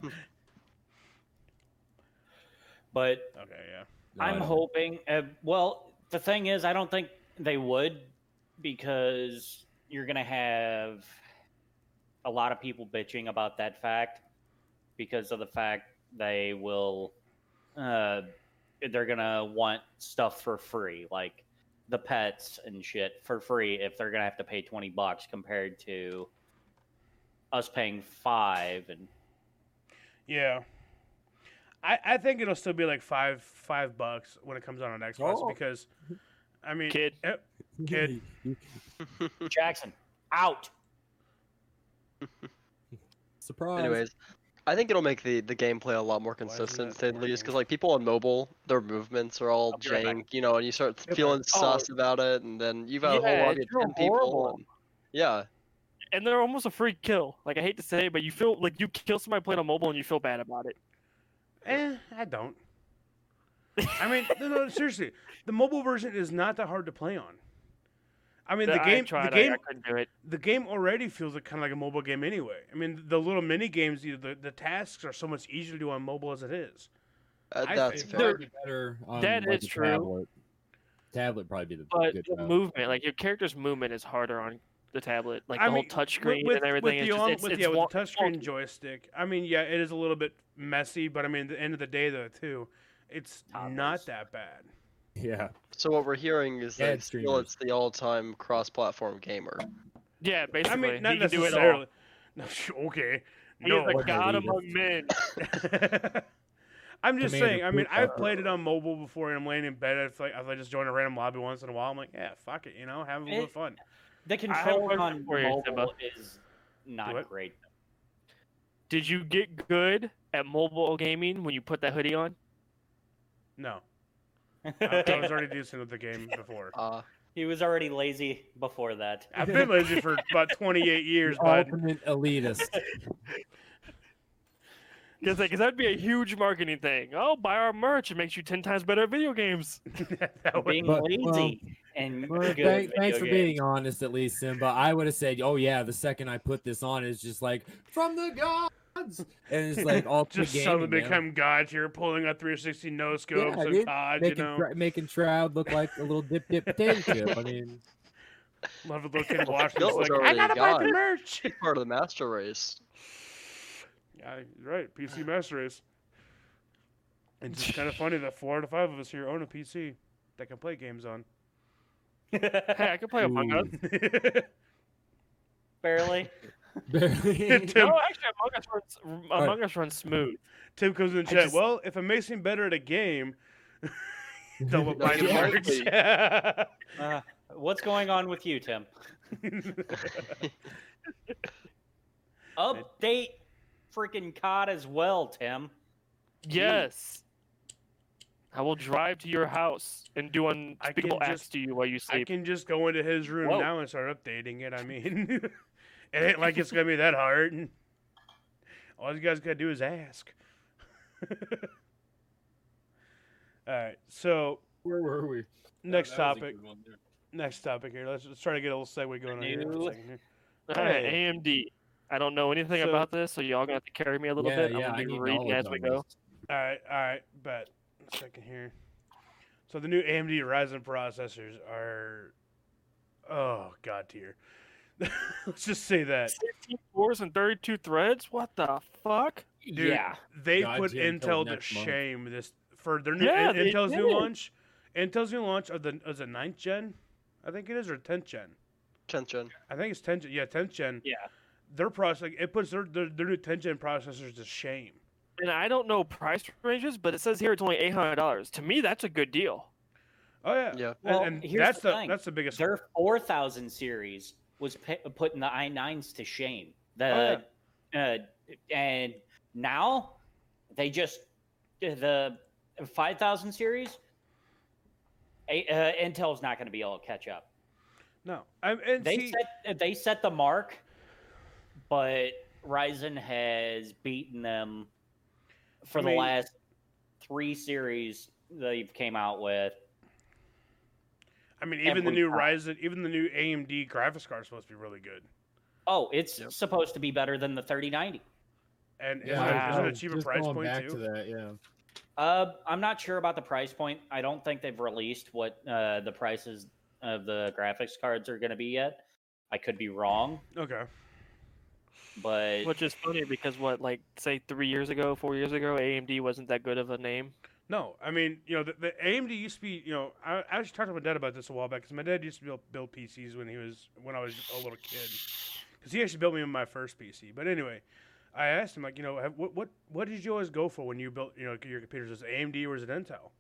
But
yeah.
No, I
I'm
don't.
hoping. Uh, well, the thing is, I don't think they would because you're going to have a lot of people bitching about that fact because of the fact they will, uh, they're going to want stuff for free, like the pets and shit for free if they're going to have to pay 20 bucks compared to us paying five and
Yeah. I, I think it'll still be like five five bucks when it comes out on Xbox
Oh.
because I mean
Kid.
eh,
[laughs]
kid.
Jackson out.
Surprise.
Anyways, I think it'll make the, the gameplay a lot more
isn't
consistent,
that
to say the least,
working?
because like people on mobile, their movements are all
I'll be right back.
jank, you know, and you start
back.
feeling
Oh.
sus about it, and then you've got a
Yeah,
whole lobby of
it's real
ten people.
horrible.
and- yeah,
And they're almost a free kill. Like I hate to say, it, but you feel like you kill somebody playing on mobile, and you feel bad about it.
Eh, I don't. I mean, no, no, [laughs] seriously, the mobile version is not that hard to play on. I mean, the
I
game,
tried,
the
I-
game,
I, couldn't do it.
the game already feels like kind of like a mobile game anyway. I mean, the little mini games, you the, the tasks are so much easier to do on mobile as it is.
uh,
I
that's
think
fair.
they're-
Probably better on,
That
like,
is
a
true.
Tablet. tablet probably be the
But
good
the
route.
movement, like your character's movement, is harder on the tablet. Like
I
the whole
mean,
touch
wi-
screen
with,
and everything.
With
it's
the,
just,
on-
it's,
with,
it's
yeah,
wonk-
with the uh, touchscreen
wonky.
joystick, I mean, yeah, it is a little bit messy, but I mean, at the end of the day, though, too, it's
Toddlers.
not that bad.
Yeah.
So what we're hearing is
Yeah,
that
it's
still
streamers.
it's the all-time cross-platform gamer.
Yeah,
I
basically.
mean, not
he can do it all.
necessarily. [laughs] No, okay,
He's
no,
a
What
god
leader.
among men.
[laughs] I'm just
Commander
saying. I mean,
Poop
I've
Power.
played it on mobile before, and I'm laying in bed. It's like if I just join a random lobby once in a while, I'm like, yeah, fuck it, you know, have a little
It-
fun.
The
have a
control
question
on
for you,
mobile
Simba.
is not
What?
great.
Did you get good at mobile gaming when you put that hoodie on?
No, I, I Uh,
[laughs]
[laughs]
was already decent with the game before.
Uh,
He was already lazy before that.
I've been lazy for about 28 years, but
Ultimate elitist.
Because like, 'cause that'd be a huge marketing thing. Oh, buy our merch; it makes you ten times better at video games.
[laughs] that would,
Being
But,
lazy
well,
and
Well,
good
thank,
at
thanks for
video
being
games.
honest, at least, Simba. I would have said, "Oh yeah," the second I put this on, it's just like from the gods, and it's like all
just
gaming,
suddenly
man.
become gods here, pulling out 360 no scopes and
dude.
COD, you
making
know,
Shroud- making Shroud look like a little dip dip potato chip. I mean,
love a little kid watching.
Bill
this,
was
like, I
already
gotta buy the
gone.
merch.
he's part of the master race.
Yeah, you're right. PC Master Race. It's just kind of funny that four out of five of us here own a PC that can play games on.
[laughs]
[laughs]
Hey, I could play Among Us.
[laughs] Barely.
[laughs] barely.
Tim,
No, actually, Among Us runs, r- Among Us runs smooth.
Tim comes in the chat.
just-
Well, if it makes me better at a game, [laughs] double
No,
binding
you're
words.
Uh, what's going on with you, Tim?
[laughs]
Update freaking COD as well, Tim.
Yes, I will drive to your house and do
I
unspeakable
can
acts
just-
to you while you
I
sleep.
can just go into his room
Whoa.
now and start updating it. I mean, [laughs] it ain't like it's gonna be that hard. All you guys gotta do is ask. [laughs] All right, so
Where were we?
next topic. Next topic here. Let's, let's try to get a little segue going on here. for a
new-
second here.
All right,
Hey.
AMD. I don't know anything
So-
about this, so y'all gonna have to carry me a little
yeah,
bit.
yeah.
I'm
I
gonna be
need
reading
knowledge
as we
on
go.
this.
All right, all right, but second here. So the new AMD Ryzen processors are, oh god tier. [laughs] Let's just say that
16 cores and 32 threads? What the fuck?
Dude,
yeah.
they
God
put
damn, till
Intel to
next month.
shame this for their new
Yeah,
In-
they
Intel's new
did.
launch. Intel's new launch of the is it ninth gen, I think it is or tenth gen.
Tenth gen.
I think it's tenth gen. Yeah, tenth gen.
Yeah.
Their process like, it puts their, their their new tenth gen processors to shame.
And I don't know price ranges, but it says here it's only $800. To me, that's a good deal.
Oh yeah,
Yeah.
And,
Well,
and
here's
that's
the
the,
thing.
that's the biggest.
Their 4000 series was p- putting the i9s to shame.
Oh,
The, uh, and now they just the 5000 series a- uh, Intel's not going to be able to catch up.
No, I, and
They
see,
set they set the mark, but Ryzen has beaten them for
I
the
mean-
last three series they've came out with.
I mean, even the
every
new
time.
Ryzen, even the new AMD graphics card is supposed to be really good.
Oh, it's
Yep.
supposed to be better than the 3090.
And isn't
Wow.
it- isn't it a cheaper
Just
price
going
point
back
too?
to that, yeah.
Uh, I'm not sure about the price point. I don't think they've released what uh, the prices of the graphics cards are going to be yet. I could be wrong,
Okay.
but [laughs]
Which is funny because, what, like, say three years ago, four years ago, AMD wasn't that good of a name.
No, I mean, you know, the, the AMD used to be, you know, I, I actually talked to my dad about this a while back because my dad used to build, build PCs when he was when I was a little kid, because he actually built me my first PC. But anyway, I asked him like, you know, have, what what what did you always go for when you built, you know, your computers? Was it AMD or was it Intel?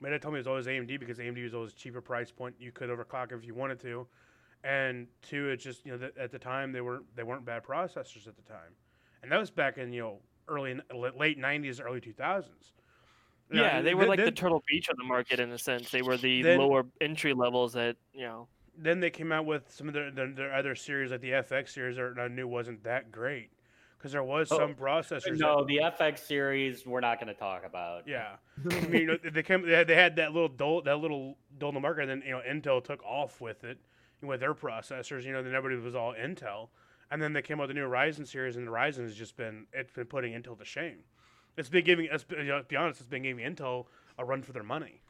My dad told me it was always AMD because AMD was always a cheaper price point. You could overclock if you wanted to, and two, it's just you know, th- at the time they weren't they weren't bad processors at the time, and that was back in you know early late '90s, early 2000s. You know,
Yeah,
and
they were
then-
like the
then-
Turtle Beach of the market in a sense. They were the
Then-
lower entry levels that, you know,
then they came out with some of their, their, their other series, like the FX series, that I knew wasn't that great because there was
Oh,
some processors.
no, the FX series we're not going to talk about.
That, yeah, I mean, you know, they came. They had, they had that little dull, that little dull in the market, and then you know Intel took off with it with their processors. You know, then everybody was all Intel, and then they came out with the new Ryzen series, and the Ryzen has just been it's been putting Intel to shame. It's been giving us, you know, to be honest, it's been giving Intel a run for their money.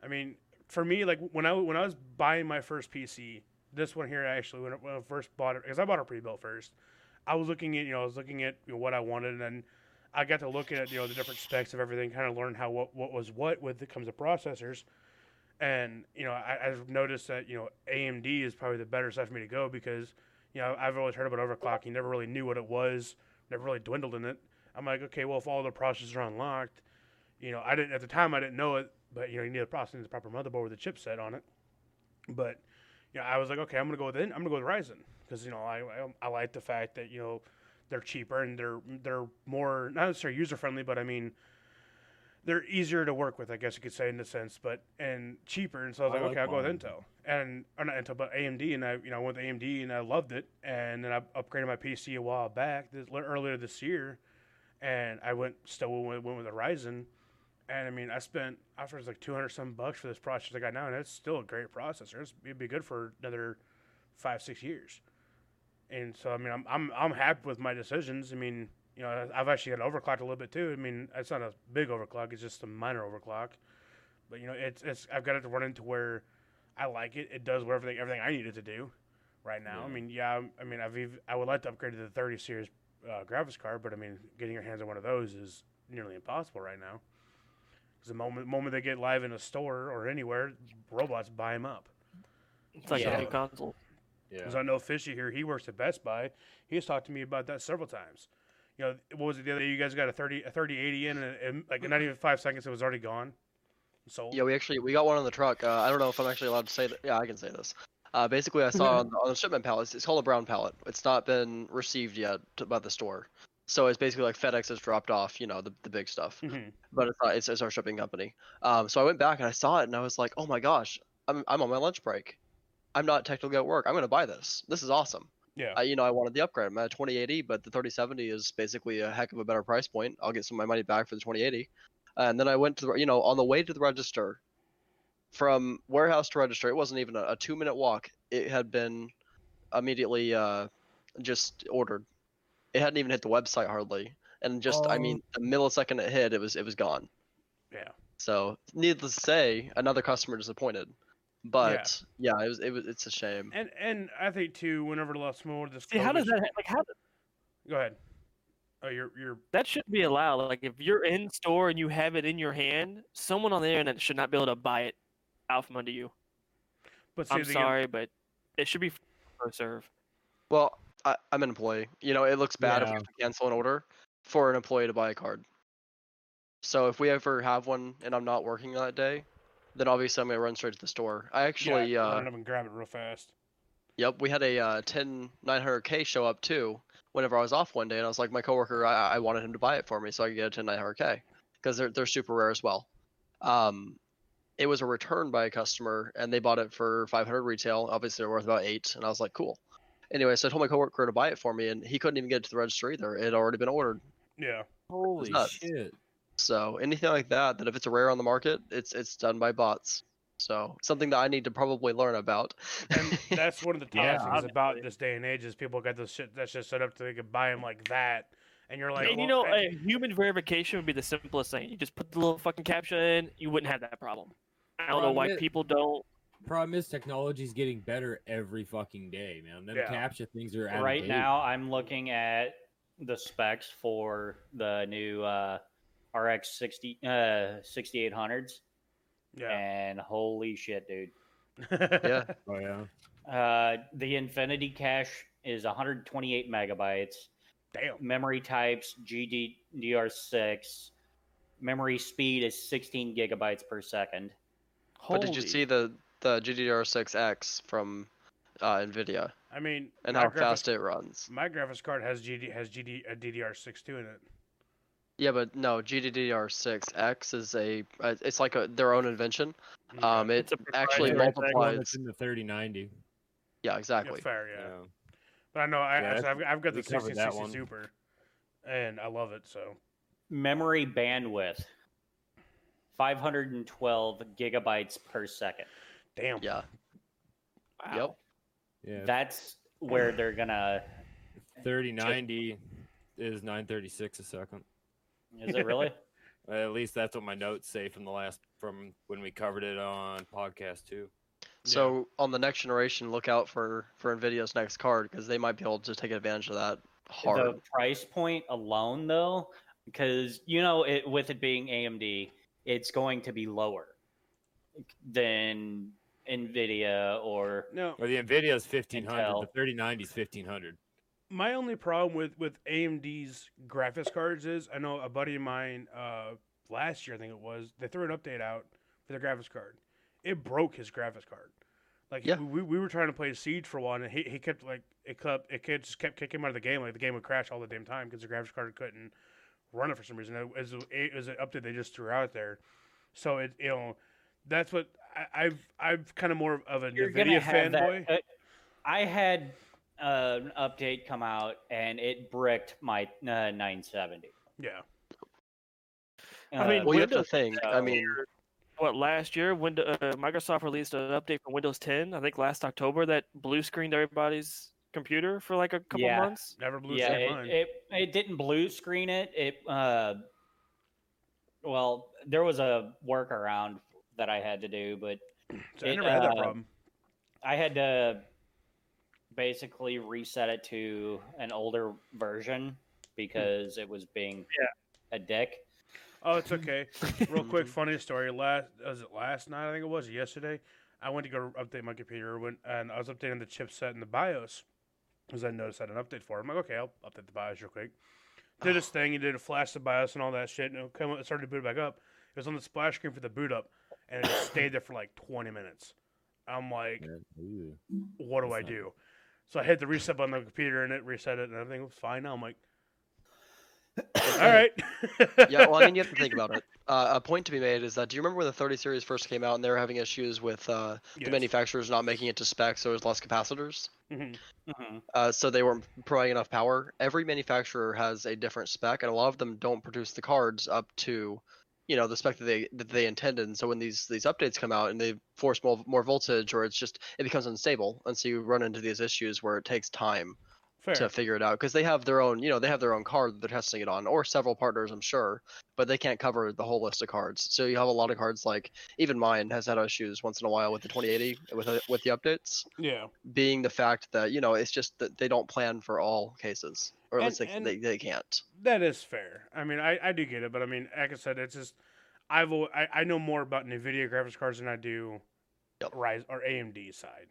I mean, for me, like when I when I was buying my first PC, this one here actually when I, when I first bought it because I bought a pre-built first. I was looking at you know I was looking at you know, what I wanted and then I got to look at you know the different specs of everything, kind of learn how what what was what when it comes to processors. And you know I, I've noticed that you know AMD is probably the better side for me to go because you know I've always heard about overclocking, never really knew what it was, never really dwindled in it. I'm like, okay, well if all the processors are unlocked, you know, I didn't at the time I didn't know it, but you know, you need a processing the proper motherboard with a chipset on it. But you know, I was like, okay, I'm gonna go with In- I'm gonna go with Ryzen because you know I, I I like the fact that you know they're cheaper and they're they're more not necessarily user friendly, but I mean they're easier to work with, I guess you could say in a sense, but and cheaper. And so I was
I
like,
like
okay, I'll go with
mine.
Intel and or not Intel, but AMD, and I you know I went with AMD and I loved it, and then I upgraded my PC a while back this, earlier this year, and I went still went, went with a Ryzen. And I mean, I spent after it was like two hundred some bucks for this processor I got now, and it's still a great processor. It's, it'd be good for another five six years. And so I mean, I'm I'm I'm happy with my decisions. I mean, you know, I've actually got overclocked a little bit too. I mean, it's not a big overclock; it's just a minor overclock. But you know, it's it's I've got it to run into where I like it. It does whatever everything I need it to do right now. I mean, yeah, I'm- I mean, I've ev- I would like to upgrade to the 30 series uh, graphics card, but I mean, getting your hands on one of those is nearly impossible right now. Because the moment moment they get live in a store or anywhere, robots buy them up.
it's like a
Yeah.
new console.
Yeah.
Because I know Fishy here, he works at Best Buy. He's talked to me about that several times. You know, what was it the other day? You guys got a 30 a 3080 in, and, and like not even five seconds, it was already gone. So
Yeah, we actually we got one on the truck. Uh, I don't know if I'm actually allowed to say that. Yeah, I can say this. Uh, basically, I saw on, the- on the shipment pallet. It's, it's called a brown pallet. It's not been received yet to, by the store. So it's basically like FedEx has dropped off, you know, the, the big stuff,
Mhm.
but it's, not, it's it's our shipping company. Um, so I went back and I saw it and I was like, oh my gosh, I'm I'm on my lunch break, I'm not technically at work. I'm gonna buy this. This is awesome.
Yeah.
I, you know, I wanted the upgrade. I'm at a 2080, but the 3070 is basically a heck of a better price point. I'll get some of my money back for the 2080. And then I went to the, you know, on the way to the register, from warehouse to register, it wasn't even a, a two minute walk. It had been immediately uh, just ordered. It hadn't even hit the website hardly, and just I
Oh.
mean, the millisecond it hit, it was it was gone.
Um. Yeah.
So, needless to say, another customer disappointed. But yeah, it was it was it's a shame.
And and I think too, whenever less more this.
See, how
COVID
does
sh-
that like how
Go ahead. Oh, you're you're
that should be allowed? Like if you're in store and you have it in your hand, someone on the internet should not be able to buy it out from under you.
But see,
I'm
the-
sorry, but it should be first serve.
Well, I, I'm an employee. You know, it looks bad if we
Yeah.
have to cancel an order for an employee to buy a card. So if we ever have one and I'm not working that day, then obviously I'm gonna run straight to the store. I actually,
yeah,
uh,
run up and grab it real fast.
yep, we had a uh, 10 900K show up too. Whenever I was off one day, and I was like, my coworker, I, I wanted him to buy it for me so I could get a 10 900K because they're they're super rare as well. Um, it was a return by a customer, and they bought it for 500 retail. Obviously, they're worth about eight, and I was like, cool. Anyway, so I told my coworker to buy it for me, and he couldn't even get it to the register either. It had already been ordered.
Yeah.
Holy
nuts.
shit.
So anything like that, that if it's rare on the market, it's it's done by bots. So something that I need to probably learn about. [laughs]
And that's one of the top
Yeah,
things about this day and age is people got this shit that's just set up so they could buy them like that. And you're like,
and you
well, eh
know, a human verification would be the simplest thing. You just put the little fucking captcha in, you wouldn't have that problem. I don't know
Problem
why
is-
people don't.
Problem is, technology's getting better every fucking day, man. Them
Yeah.
capture things are out of
right
date.
now i'm looking at the specs for the new uh, rx 60 uh, 6800s
yeah.
and holy shit dude
[laughs]
Yeah.
Oh yeah.
uh, the infinity cache is 128 megabytes
Damn.
memory types gddr6 memory speed is 16 gigabytes per second
But did you
Holy-
see the the GDDR6X from uh, Nvidia
I mean,
and
my
how
graphics-
fast it runs?
My graphics card has GD has GD a DDR6 too in it.
Yeah, but no, GDDR6X is a uh, it's like a, their own invention.
Okay.
Um, it
Mm-hmm. It's a proprietary
actually
Right, that's the one
multiplies.
that's in the 3090.
Yeah,
Yeah,
exactly.
fair, yeah.
Yeah.
But I know I,
Yeah,
actually, I've, I've got the
we covered that
1660
one.
Super, and I love it. So
memory bandwidth 512 gigabytes per second
damn.
Yeah.
Wow.
Yeah.
that's where they're gonna
3090 is 936 a second.
is it really
At least that's what my notes say from the last from when we covered it on podcast too.
So on the next generation, look out for for Nvidia's next card because they might be able to take advantage of that hard.
the price point alone though because you know it with it being amd it's going to be lower than nvidia or
No,
Well, the Nvidia is 1500,
Intel.
the 3090 is 1500.
my only problem with with AMD's graphics cards is I know a buddy of mine uh last year I think it was they threw an update out for their graphics card. It broke his graphics card. Like
Yeah.
we, we were trying to play Siege for one, and he, he kept like it kept it kept, just kept kicking him out of the game. Like the game would crash all the damn time because the graphics card couldn't run it for some reason. It was, it was an update they just threw out there, so it you know that's what I, I've I've kind of more of a
you're gonna
Nvidia
have that-
fanboy.
uh, i had uh, an update come out and it bricked my uh, 970
Yeah,
I mean,
Uh,
well, you have to
Windows
think. I
uh,
mean,
What last year, Windows, uh, Microsoft released an update for Windows 10. I think last October that blue screened everybody's computer for like a couple
Yeah.
months.
never blew
yeah,
yeah,
it, it it didn't blue screen it. It uh, well, there was a workaround that I had to do, but
So I
it,
never had that
uh,
problem.
I had to basically reset it to an older version because it was being a dick.
Oh, it's okay. Real
[laughs]
quick, funny story. Last was it last night? I think it was or yesterday. I went to go update my computer when, and I was updating the chipset in the BIOS because I noticed I had an update for it. I'm like, okay, I'll update the BIOS real quick. Did
Ah.
this thing, and did a flash the BIOS and all that shit, and it came, it started to boot back up. It was on the splash screen for the boot up,
[coughs]
and it just stayed there for like 20 minutes. I'm like, what do
That's
I
not-
[coughs]
do? So I hit the reset button on the computer, and it reset it, and everything was fine. Now I'm like, All right.
yeah, well, I mean,
[coughs]
you have to
[laughs]
think about it. Uh, a point to be made is that do you remember when the 30 series first came out and they were having issues with uh,
Yes.
the manufacturers not making it to spec, so there's less capacitors?
Mhm.
Mhm.
Uh, so they weren't providing enough power. Every manufacturer has a different spec, and a lot of them don't produce the cards up to, you know, the spec that they that they intended. And so when these these updates come out and they force more more voltage, or it's just it becomes unstable, and so you run into these issues where it takes time
Fair.
to figure it out because they have their own, you know, they have their own card that they're testing it on, or several partners, I'm sure, but they can't cover the whole list of cards. So you have a lot of cards like even mine has had issues once in a while with the 2080 with the- with the updates
Yeah.
being the fact that you know it's just that they don't plan for all cases or at
And-
least they,
and-
they, they can't
That is fair. I mean, I, I do get it, but I mean, like I said, it's just I've al- I, I know more about NVIDIA graphics cards than I do
Yep.
Rise or AMD side.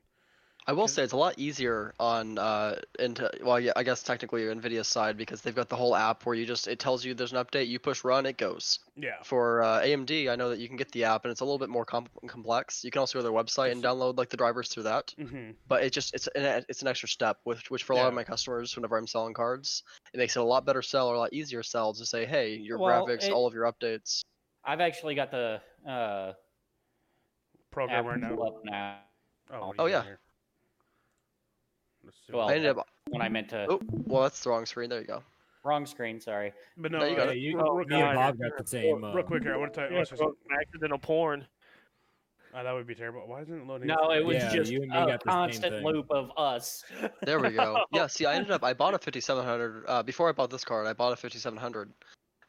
i will
Cause-
say it's a lot easier on uh into well yeah i guess technically your nvidia side because they've got the whole app where you just it tells you there's an update you push run it goes
Yeah.
for uh, amd i know that you can get the app and it's a little bit more com- complex you can also go to their website and
It's-
download like the drivers through that
hmm
but it just it's an, it's an extra step which which for a lot of
Yeah.
my customers whenever i'm selling cards it makes it a lot better sell or a lot easier sell to say hey your
Well,
graphics
it-
all of your updates
I've actually got the uh, app
Program right now.
pulled up now.
what
Oh,
do you got
yeah.
here? Let's see.
Well-
i ended up
When I meant to
Oh, well, that's the wrong screen. There you go.
wrong screen, sorry.
but no,
there you go.
uh,
Hey, you,
real-
Oh,
real
me and
quick-
God.
Bob got the same. Uh,
real quick here. I want to [laughs] tell you.
Yeah,
I wanna say-
well, accidental porn.
Oh, that would be terrible. Why isn't it loading?
No, it was
Yeah,
just
you and me
a
got the same
constant
thing.
loop of us.
There
[laughs]
we go. Yeah, see, I ended up. I bought a 5700 uh, before I bought this card. I bought a 5700,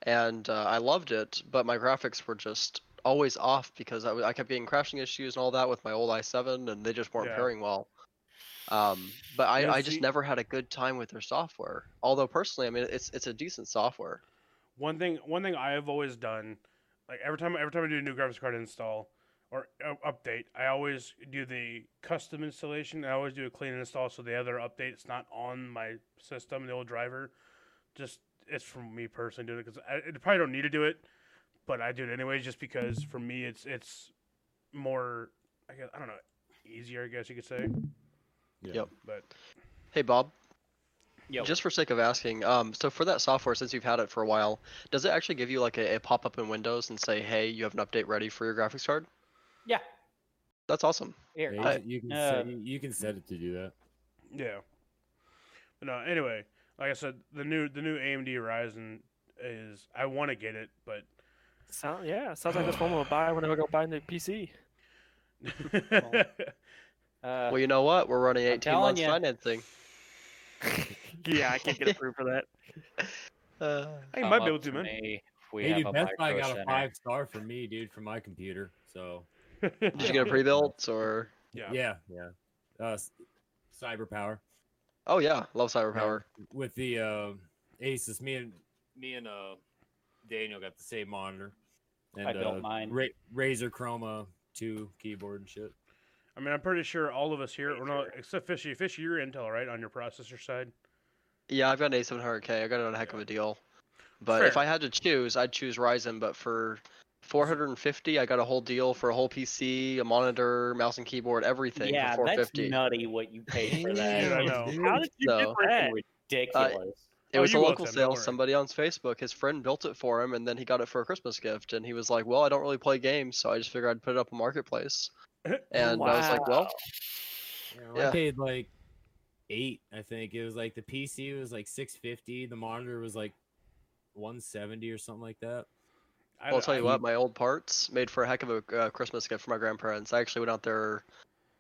and uh, I loved it, but my graphics were just always off because I, w- I kept getting crashing issues and all that with my old i7, and they just weren't
Yeah.
pairing well. Um, but I,
Yeah,
I just
see-
never had a good time with their software. Although personally, I mean, it's it's a decent software.
One thing, one thing I have always done, like every time, every time I do a new graphics card install or uh, update, I always do the custom installation. I always do a clean install, so the other update's not on my system, the old driver. Just it's from me personally doing it because I, I probably don't need to do it, but I do it anyways, just because for me it's it's more, I guess I don't know, easier. I guess you could say.
yeah.
Yep.
But
Hey, Bob.
[laughs] Yo,
Just for sake of asking, um, so for that software, since you've had it for a while, does it actually give you like a, a pop up in Windows and say, "Hey, you have an update ready for your graphics card"?
Yeah.
That's awesome.
here.
Yeah,
I-
you, you can
uh,
set, you, you can set it to do that.
Yeah. But no, anyway, like I said, the new the new AMD Ryzen is I want to get it,
[laughs]
but [laughs]
Sound, yeah, sounds like that's one I'm gonna buy whenever I go buy a new PC.
Uh,
Well, you know what? We're running 18
telling
months
ya.
financing.
[laughs] yeah, I can't [laughs] get approved for that.
Uh,
I
come
might be able
up
to, man.
me if we
Hey,
have
dude,
a
Best Buy
micro
got a
center.
five star from me, dude, from my computer. So
did you get a pre-built or?
[laughs] yeah.
yeah, yeah. Uh, s- cyber power
Oh yeah, love cyber
Yeah.
power.
with the uh, Asus. Me and me and uh, Daniel got the same monitor. And,
I built
uh,
mine.
Ra- Razer Chroma two keyboard and shit.
I mean, I'm pretty sure all of us here, or no, except Fishy. Fishy, you're Intel, right, on your processor side?
Yeah, I've got an A700K. I got it on a heck of a deal. But if
Fair.
I had to choose, I'd choose Ryzen. But for 450, I got a whole deal for a whole PC, a monitor, mouse and keyboard, everything
Yeah,
for
that's
450.
nutty what you paid for
Dude, I
that.
know.
[laughs]
How did you
So-
get that? Ridiculous.
It
Oh,
was
you
a
will
local
send, don't
sale.
worry.
Somebody on Facebook, his friend built it for him, and then he got it for a Christmas gift. And he was like, "Well, I don't really play games, so I just figured I'd put it up on
[laughs]
Marketplace." And I was like, "Well,
Yeah, I
Yeah.
paid like eight, I think. It was like the PC was like six fifty, the monitor was like one seventy or something like that.
I,
I'll
don't- [laughs]
tell you
I-
what, my old parts made for a heck of a uh, Christmas gift for my grandparents. I actually went out there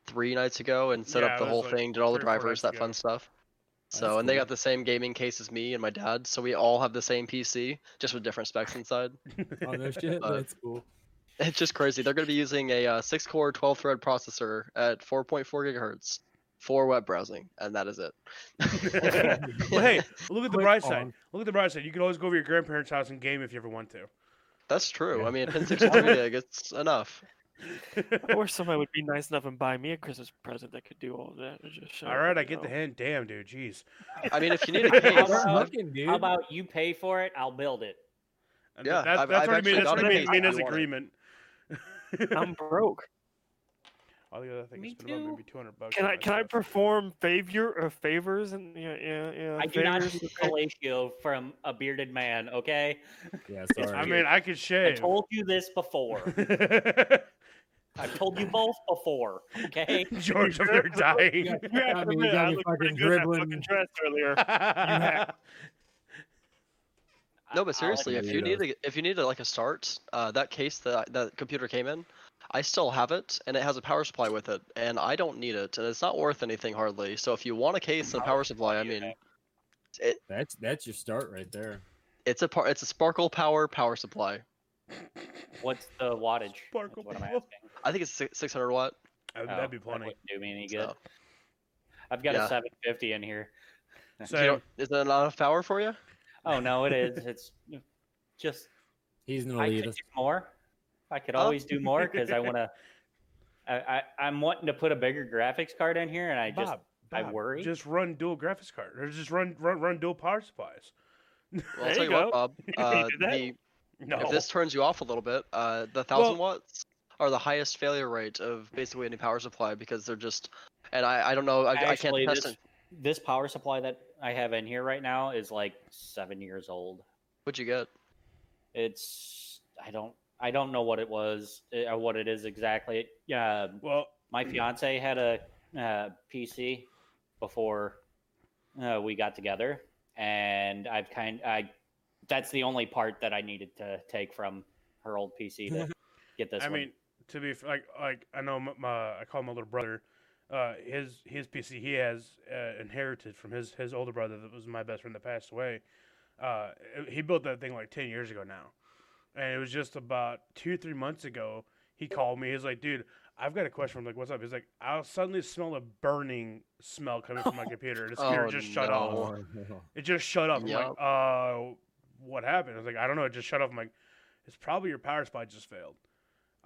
three nights ago and set
Yeah,
up the
it was
whole
like
thing, did all the
three or four
drivers,
nights
that fun
ago.
stuff.
That's
So, and they
cool.
got the same gaming case as me and my dad, so we all have the same PC, just with different specs inside. [laughs]
Oh
[laughs]
no shit,
Uh,
that's cool.
It's just crazy. They're going to be using a uh, six-core, 12-thread processor at 4.4 gigahertz for web browsing, and that is it.
[laughs] well, hey, look at the
Click
bright side.
on.
Look at the bright side. You can always go over to your grandparents' house and game if you ever want to.
[laughs] That's true.
Yeah.
I mean, 1063 gig, it's enough.
or somebody would be nice enough and buy me a Christmas present that could do all of that. It's just shut
[laughs] all
up,
right, I
you
get the
know.
hint. Damn, dude, jeez.
I mean, if
[laughs]
you need a case,
about-
I've-
Fucking dude.
How about you pay for it? I'll build it.
And
Yeah,
that,
I've-
that's
I've
already [laughs]
actually
made, that's
done
already
a
made,
case
[laughs]
made
if
us
you want it.
agreement.
I'm broke.
All the other things
Me
it's been about
too.
maybe two hundred bucks.
Can
for
I
that
can I
stuff.
perform favor or favors and yeah yeah yeah?
I do not [laughs]
favors?
need fellatio from a bearded man, okay?
Yeah,
It's
sorry.
I
weird.
mean, I could
I
shave. [laughs]
told you this before. I've told you both before, okay?
George, if
[laughs]
you're dying.
You have
I
to
mean, you
admit,
got
I
me
looked pretty
fucking
good in that
dribbling.
fucking dress
[laughs]
earlier.
No, but
I- I'll
seriously,
Yeah,
if
he
you need
does.
a, if you need a, like a start, uh, that case that that computer came in, I still have it, and it has a power supply with it, and I don't need it, and it's not worth anything hardly. So if you want a case and a power supply, I mean, it,
That's that's your start right there.
it's a par- it's a Sparkle Power power supply.
What's the wattage? That's
Sparkle
what I'm
ball.
asking.
I think it's si- 600 watt.
That'd,
Oh,
that'd be
that
plenty.
wouldn't do me any good.
so-
I've got a
yeah.
750 in here.
Do you
So
don't- is that not enough power for you?
Oh no, it
[laughs]
is. It's just
[laughs]
He's an
I could do
elitist.
more. I could
Huh?
always do more because I
[laughs]
want to. I, I I'm wanting to put a bigger graphics card in here, and I just
Bob,
I
Bob,
worry.
Just run dual graphics card, or just run run, run dual power supplies.
Well, I'll
There
tell
you
you,
go.
what, Bob.
[laughs] You
Uh,
did that?
the,
No,
If this turns you off a little bit, uh, the thousand
Well-
watts are the highest failure rate of basically any power supply because they're just. And I, I don't know. I, I can't
Actually,
test
this-
it.
this power supply that I have in here right now is like seven years old.
What'd you get?
It's I don't I don't know what it was uh, or what it is exactly. Uh, Yeah,
well,
my fiance had a uh, PC before uh, we got together, and I've kind I that's the only part that I needed to take from her old PC to get this.
I
one.
mean, to be f- like like I know my, my I call my little brother. Uh, his his PC he has uh, inherited from his his older brother that was my best friend that passed away. Uh, it- he built that thing like ten years ago now, and it was just about two three months ago. He called me. He's like, dude. I've got a question. I'm like, what's up? He's like, I'll suddenly smell a burning smell coming from my computer. This computer
Oh,
just shut
no.
off.
Oh,
It just shut up. I'm
Yup.
like, uh, what happened? I was like, I don't know. It just shut off. I'm like, it's probably your power supply just failed.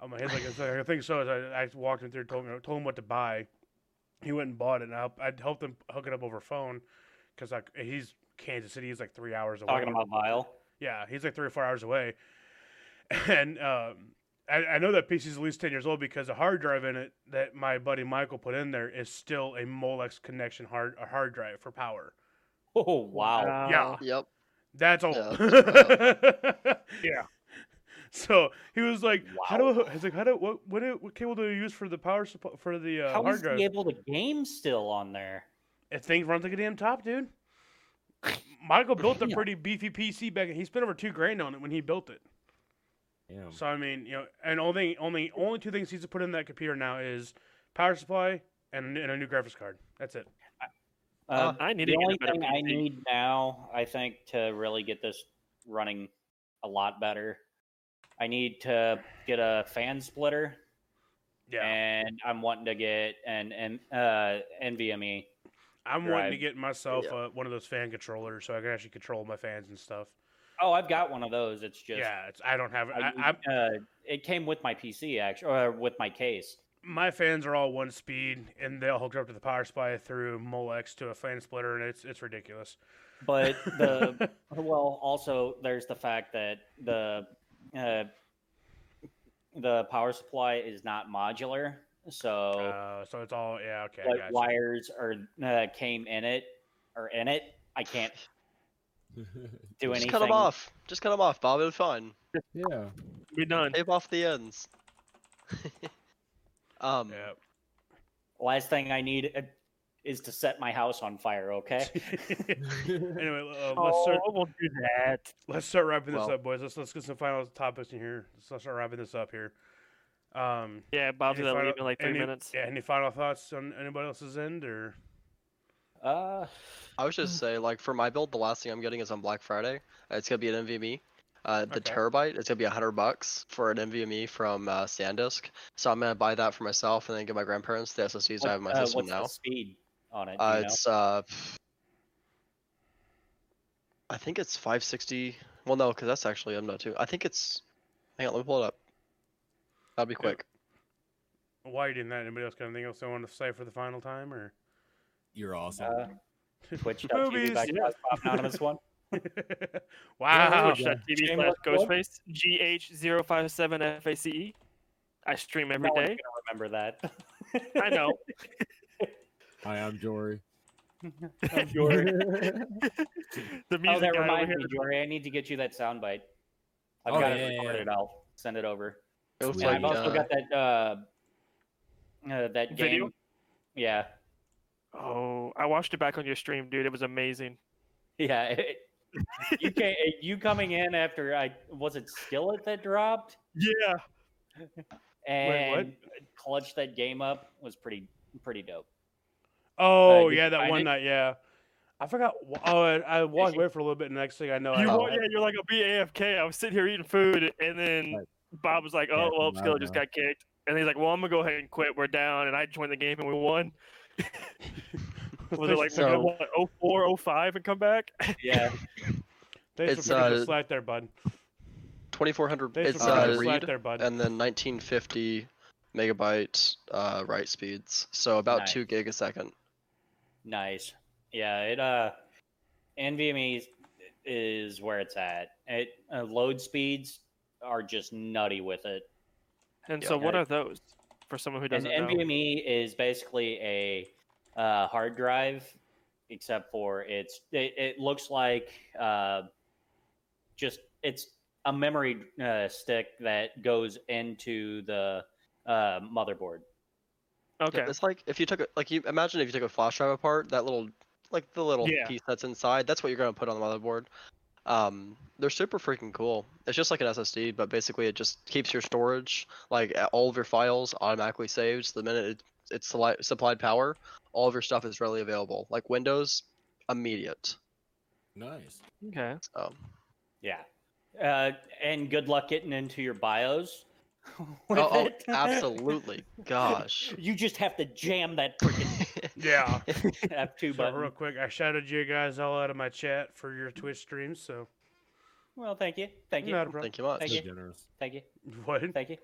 I'm like, he's like, "It's like, I think so. So I, I walked him through, told him, told him what to buy. He went and bought it, and I, I helped him hook it up over phone because like he's Kansas City. He's like three hours away.
talking about Vile.
Yeah, he's like three or four hours away. [laughs] And um, I, I know that PC's at least 10 years old because the hard drive in it that my buddy Michael put in there is still a Molex connection hard a hard drive for power.
Oh wow!
Yeah.
Yep.
That's old. [laughs]
Yeah.
So he was like, "How do I, he's like, how do what what, do- what cable do you use for the power support for the uh,
How
hard
is
drive?"
he able to game still on there?
It thing runs like a damn top, dude. Michael built a pretty beefy PC back. He spent over two grand on it when he built it.
[laughs] Damn.
So I mean, you know, and only only only two things he's to put in that computer now is power supply and, and a new graphics card. That's it.
Uh,
I need to
the
get
only
a better
thing I
PC.
need now, I think, to really get this running a lot better, I need to get a fan splitter,
Yeah,
and I'm wanting to get an, an uh, NVMe.
I'm wanting to
drive.
get myself uh, one of those fan controllers so I can actually control my fans and stuff.
Oh, I've got one of those. It's just
yeah, it's, I don't have.
I-
I, I, am
uh, it came with my PC actually, or with my case.
my fans are all one speed, and they'll hook up to the power supply through Molex to a fan splitter, and it's it's ridiculous.
But
[laughs]
the Well, also there's the fact that the uh, the power supply is not modular, so
Uh, so it's all yeah okay. I
like
gotcha.
wires are uh, came in it or in it. I can't do
Just
anything.
cut them off. Just cut them off, Bob. It'll be fine.
[laughs]
[laughs]
yeah.
Be
Hmm.
done.
Tape off the ends. [laughs] um,
Yeah.
Last thing I need uh, is to set my house on
[laughs]
fire. Okay.
[laughs] anyway, uh, let's
Oh,
start.
I won't do that.
Let's start wrapping this
Well-
up, boys. Let's let's get some final topics in here. Let's, let's start wrapping this up here. Um,
Yeah, Bob's
any
gonna
final-
leave in like three
any-
minutes.
Yeah, any final thoughts on anybody else's end or?
Uh,
I was just say, like, for my build, the last thing I'm getting is on Black Friday. Uh, It's gonna be an NVMe. Uh, the
Okay.
terabyte, it's gonna be hundred bucks for an NVMe from uh, SanDisk. So I'm gonna buy that for myself, and then give my grandparents the SSDs I have in my
what- uh,
system
what's
now.
the speed on it? do
Uh,
you know?
it's uh, I think it's 560. Well, no, because that's actually I'm not too. I think it's. Hang on, let me pull it up. That'll be quick.
Why you didn't that? Anybody else got anything else they want to say for the final time or? [laughs]
You're awesome.
[laughs]
Uh, Twitch.tv
Boobies.
backslash Bob Anonymous one.
wow.
Oh, Twitch.tv slash
Shameless plug.
Ghostface. G H zero five seven F A C E. I stream [laughs] every
no one's
day.
[laughs] gonna remember that. Oh,
I
[laughs]
know.
Hi, I'm Jory. [laughs]
Jory.
the music
Oh, that
guy over
reminds me,
here.
Jory. I need to get you that soundbite. I've
Oh,
got
yeah,
it
yeah,
recorded. I'll send it over.
It looks
Yeah,
Yeah,
like
I've also
uh,
got that. Uh, uh, that game.
Video?
Yeah,
Oh, I watched it back on your stream, dude. It was amazing.
yeah. [laughs] it- you can You coming in after I was it Skillet that dropped
Yeah.
what?
and clutched that game up was pretty
[laughs]
pretty dope.
Oh
did you
yeah, that
find
one
it?
night. Yeah, I forgot. wh- Oh, I, I walked away for a little bit. and Next thing I know,
You
Oh, I,
wa- yeah, you're like, I'll be AFK. I was sitting here eating food, and then
Right.
Bob was like,
Yeah,
oh, well,
no,
Skillet just
no.
got kicked. And he's like, well, I'm going to go ahead and quit. We're down. And I joined the game, and we won. Was it like
so-
so, what, 04, 05 and come back? [laughs]
Yeah,
thanks
It's,
for picking
uh,
the slack there, bud.
2400.
Thanks
It's
for picking
uh,
the slack
read
there, bud.
and then 1950 megabyte uh, write speeds, so about two gig a second.
nice. Yeah, it uh, NVMe is- E is where it's at. It uh, load speeds are just nutty with it.
And
Yeah.
so, what are those for someone who
And
doesn't know?
NVMe E is basically a uh, hard drive, except for it's it, it looks like uh, just it's a memory uh, stick that goes into the uh, motherboard.
Yeah,
Okay.
it's like if you took a, like you imagine if you took a flash drive apart, that little like the little
Yeah.
piece that's inside, that's what you're gonna put on the motherboard. Um, they're super freaking cool. It's just like an SSD, but basically it just keeps your storage, like a- all of your files, automatically saved. The minute it, it's sli- supplied power, all of your stuff is readily available. Like Windows, immediate.
Nice.
Okay.
So
Yeah, uh, and good luck getting into your BIOS. [laughs] with
oh, oh,
it. [laughs]
absolutely, gosh.
You just have to jam
[laughs]
that freaking
Yeah.
F2
So real
button.
quick, I shouted you guys all out of my chat for your Twitch streams. So [laughs]
Well, thank you, thank you,
not a problem.
Thank you much.
Thank
So
you.
generous.
thank you,
What?
thank you,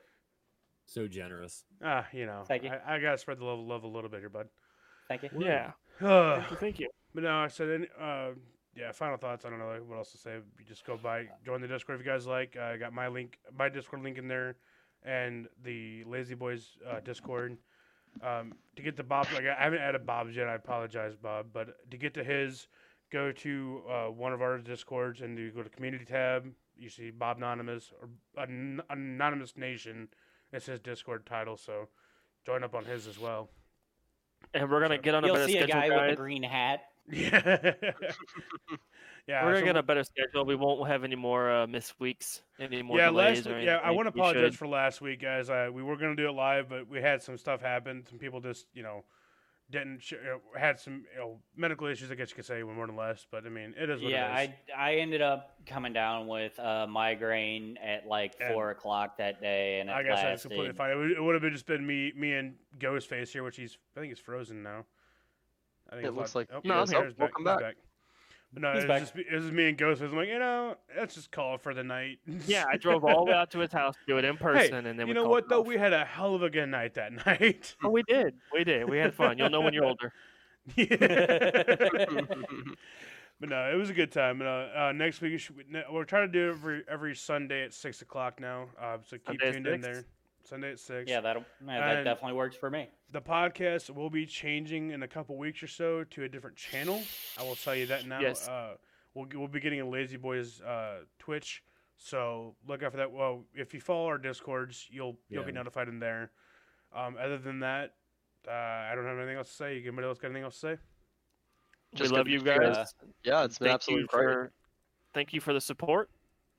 So generous.
Ah, you know,
Thank you.
I, I gotta spread the love, love a little bit here, bud.
thank you.
Yeah.
Ugh. [sighs] [laughs]
Thank you. Thank you.
But no, I said, any, uh, yeah, final thoughts. I don't know like, what else to say. You just go by, join the Discord if you guys like. Uh, I got my link, my Discord link in there, and the Lazy Boys uh, Discord. Um, to get to Bob's, like, I haven't added Bob's yet. I apologize, Bob. But to get to his, go to uh, one of our Discords and you go to Community tab. You see Bob Anonymous or An- Anonymous Nation. It's his Discord title, so join up on his as well. [laughs]
And we're gonna
So-
get on a
You'll
better
see a
schedule,
guy with a
guys.
green hat.
Yeah. yeah.
we're
so
gonna get a better schedule. We won't have any more uh, missed weeks, any more
yeah,
delays.
last
or
week, yeah, I
anything.
want to
We should.
apologize for last week, guys. I, we were gonna do it live, but we had some stuff happen. Some people just, you know, didn't sh- uh, had some you know, medical issues. I guess you could say, more than less. But I mean, it is what
Yeah,
it is.
I I ended up coming down with a migraine at like
And-
four o'clock that day, and it
I guess that's
lasted.
completely fine. It, would- it would have been just been me, me and Ghostface here, which he's I think he's frozen now. I think
It
he's
looks
locked-
like-
oh,
No,
yeah,
I'm
he's
here.
he's
Welcome
he's
back.
But no,
He's
it was,
back.
just, me- it was me and Ghostface. I'm like, you know, let's just call it for the night. [laughs]
Yeah, I drove all the way out to his house to do it in person, and then
you
we
know
called
what
it
though?
off.
We had a hell of a good night
[laughs]
that [laughs]
[laughs]
night.
Oh, we did. We did. We had fun. You'll know [laughs] when you're older.
Yeah. [laughs] But no, it was a good time. And uh, uh, next week, you should, we- ne- we're trying to do it every every Sunday at six o'clock now. Uh, so keep
Sunday at
tuned in
six?
there. Sunday at six.
[laughs] Yeah, that'll yeah, that
And-
definitely works for me.
The podcast will be changing in a couple weeks or so to a different channel. I will tell you that now.
Yes.
Uh, we'll g- we'll be getting a Lazy Boys uh, Twitch. So look out for that. Well, if you follow our discords, you'll you'll get
Yeah.
notified in there. Um, other than that, uh, I don't have anything else to say. You anybody else got anything else to say?
Just
we
good
love
to
you
see you guys.
guys.
yeah, it's been
thank
absolutely
you
great.
for, thank you for the support.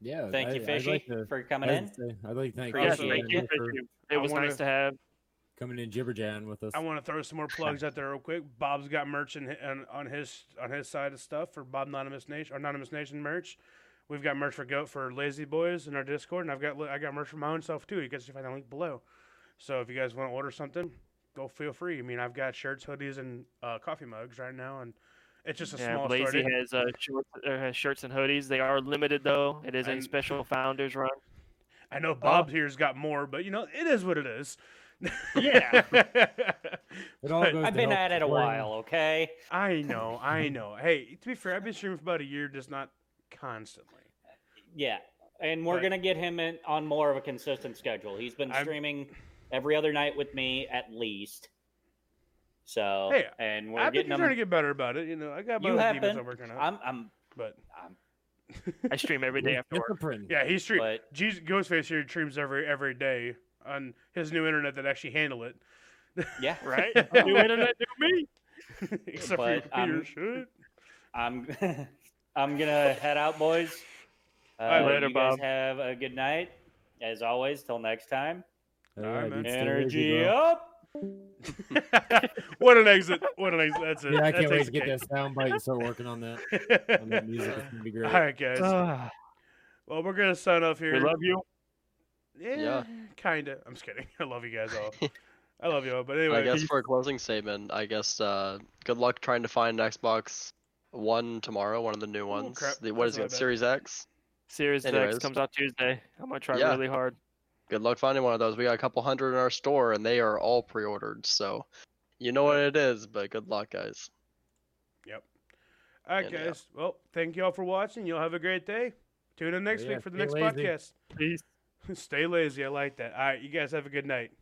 Yeah.
Thank
I-
you,
I'd
Fishy,
like to-
for coming
I'd
in.
say- I'd like to thank
Yes,
Appreciate
thank
it.
you.
Fishy
Thank
for
you.
I
It was
wanna-
nice to have.
coming in jibberjan with us.
I want to throw some more plugs out there real quick. Bob's got merch in, on, on his on his side of stuff for Bob Anonymous Nation, Anonymous Nation merch. We've got merch for Goat for Lazy Boys in our Discord, and I've got li- I got merch for my own self too. You guys can find the link below. So if you guys want to order something, go feel free. I mean, I've got shirts, hoodies, and uh, coffee mugs right now, and it's just a
Yeah,
small
Lazy
store.
has uh, shorts, uh, has shirts and hoodies. They are limited though. It is a
And-
special founders run.
I know Bob here's got more, but you know it is what it is. [laughs] Yeah.
It all goes to
I've been
help
at it a
supporting-
while, okay?
I
[laughs]
know, I know. Hey, to be fair, I've been streaming for about a year, just not constantly.
Yeah, and we're
But-
gonna get him in, on more of a consistent schedule. He's been
I've-
streaming every other night with me at least. So
Hey,
and we're
I've been
getting
trying to
them.
get better about it. You know, I got my
You
little
have
demons
been.
I'm working on,
I'm I'm
but
I stream
[laughs]
every day after work.
Discipline.
yeah, he streams.
but
Jesus, Ghostface here streams every every day on his new internet that actually handle it. [laughs]
yeah,
Right? New internet, new me.
Except for your
But, um,
computer, shit.
[laughs] I'm [laughs] I'm gonna head out, boys. Uh,
right,
later,
you guys
Bob.
have a good night. As always, till next time.
Alright,
man.
dude, stay lazy,
Energy
bro.
up.
[laughs] what an exit! What an exit! That's it.
Yeah, I
That
can't wait
takes
to
the
get that sound bite and start working on
[laughs]
that.
cake.
On that
[laughs]
music, Uh. it's gonna be great.
All right, guys. well, we're gonna sign off here.
We love you.
yeah,
Yeah.
kinda. I'm just kidding. [laughs] I love you guys all. I love you all. But
I
anyway,
guess for a closing statement, I guess uh, good luck trying to find Xbox One tomorrow, one of the new ones.
crap,
The, what
that's
is
not
it,
bad.
Series X?
Series X
Anyways.
comes out Tuesday. I'm gonna try
Yeah.
really hard.
Good luck finding one of those. We got a couple hundred in our store, and they are all pre-ordered. So, you know what it is, but good luck, guys.
all right,
Yeah, yeah.
guys. Well, thank you all for watching. Y'all have a great day. Tune in next
Yeah,
week for the
stay
next
lazy.
podcast. [laughs]
Peace.
Stay lazy. I like that. All right, you guys have a good night.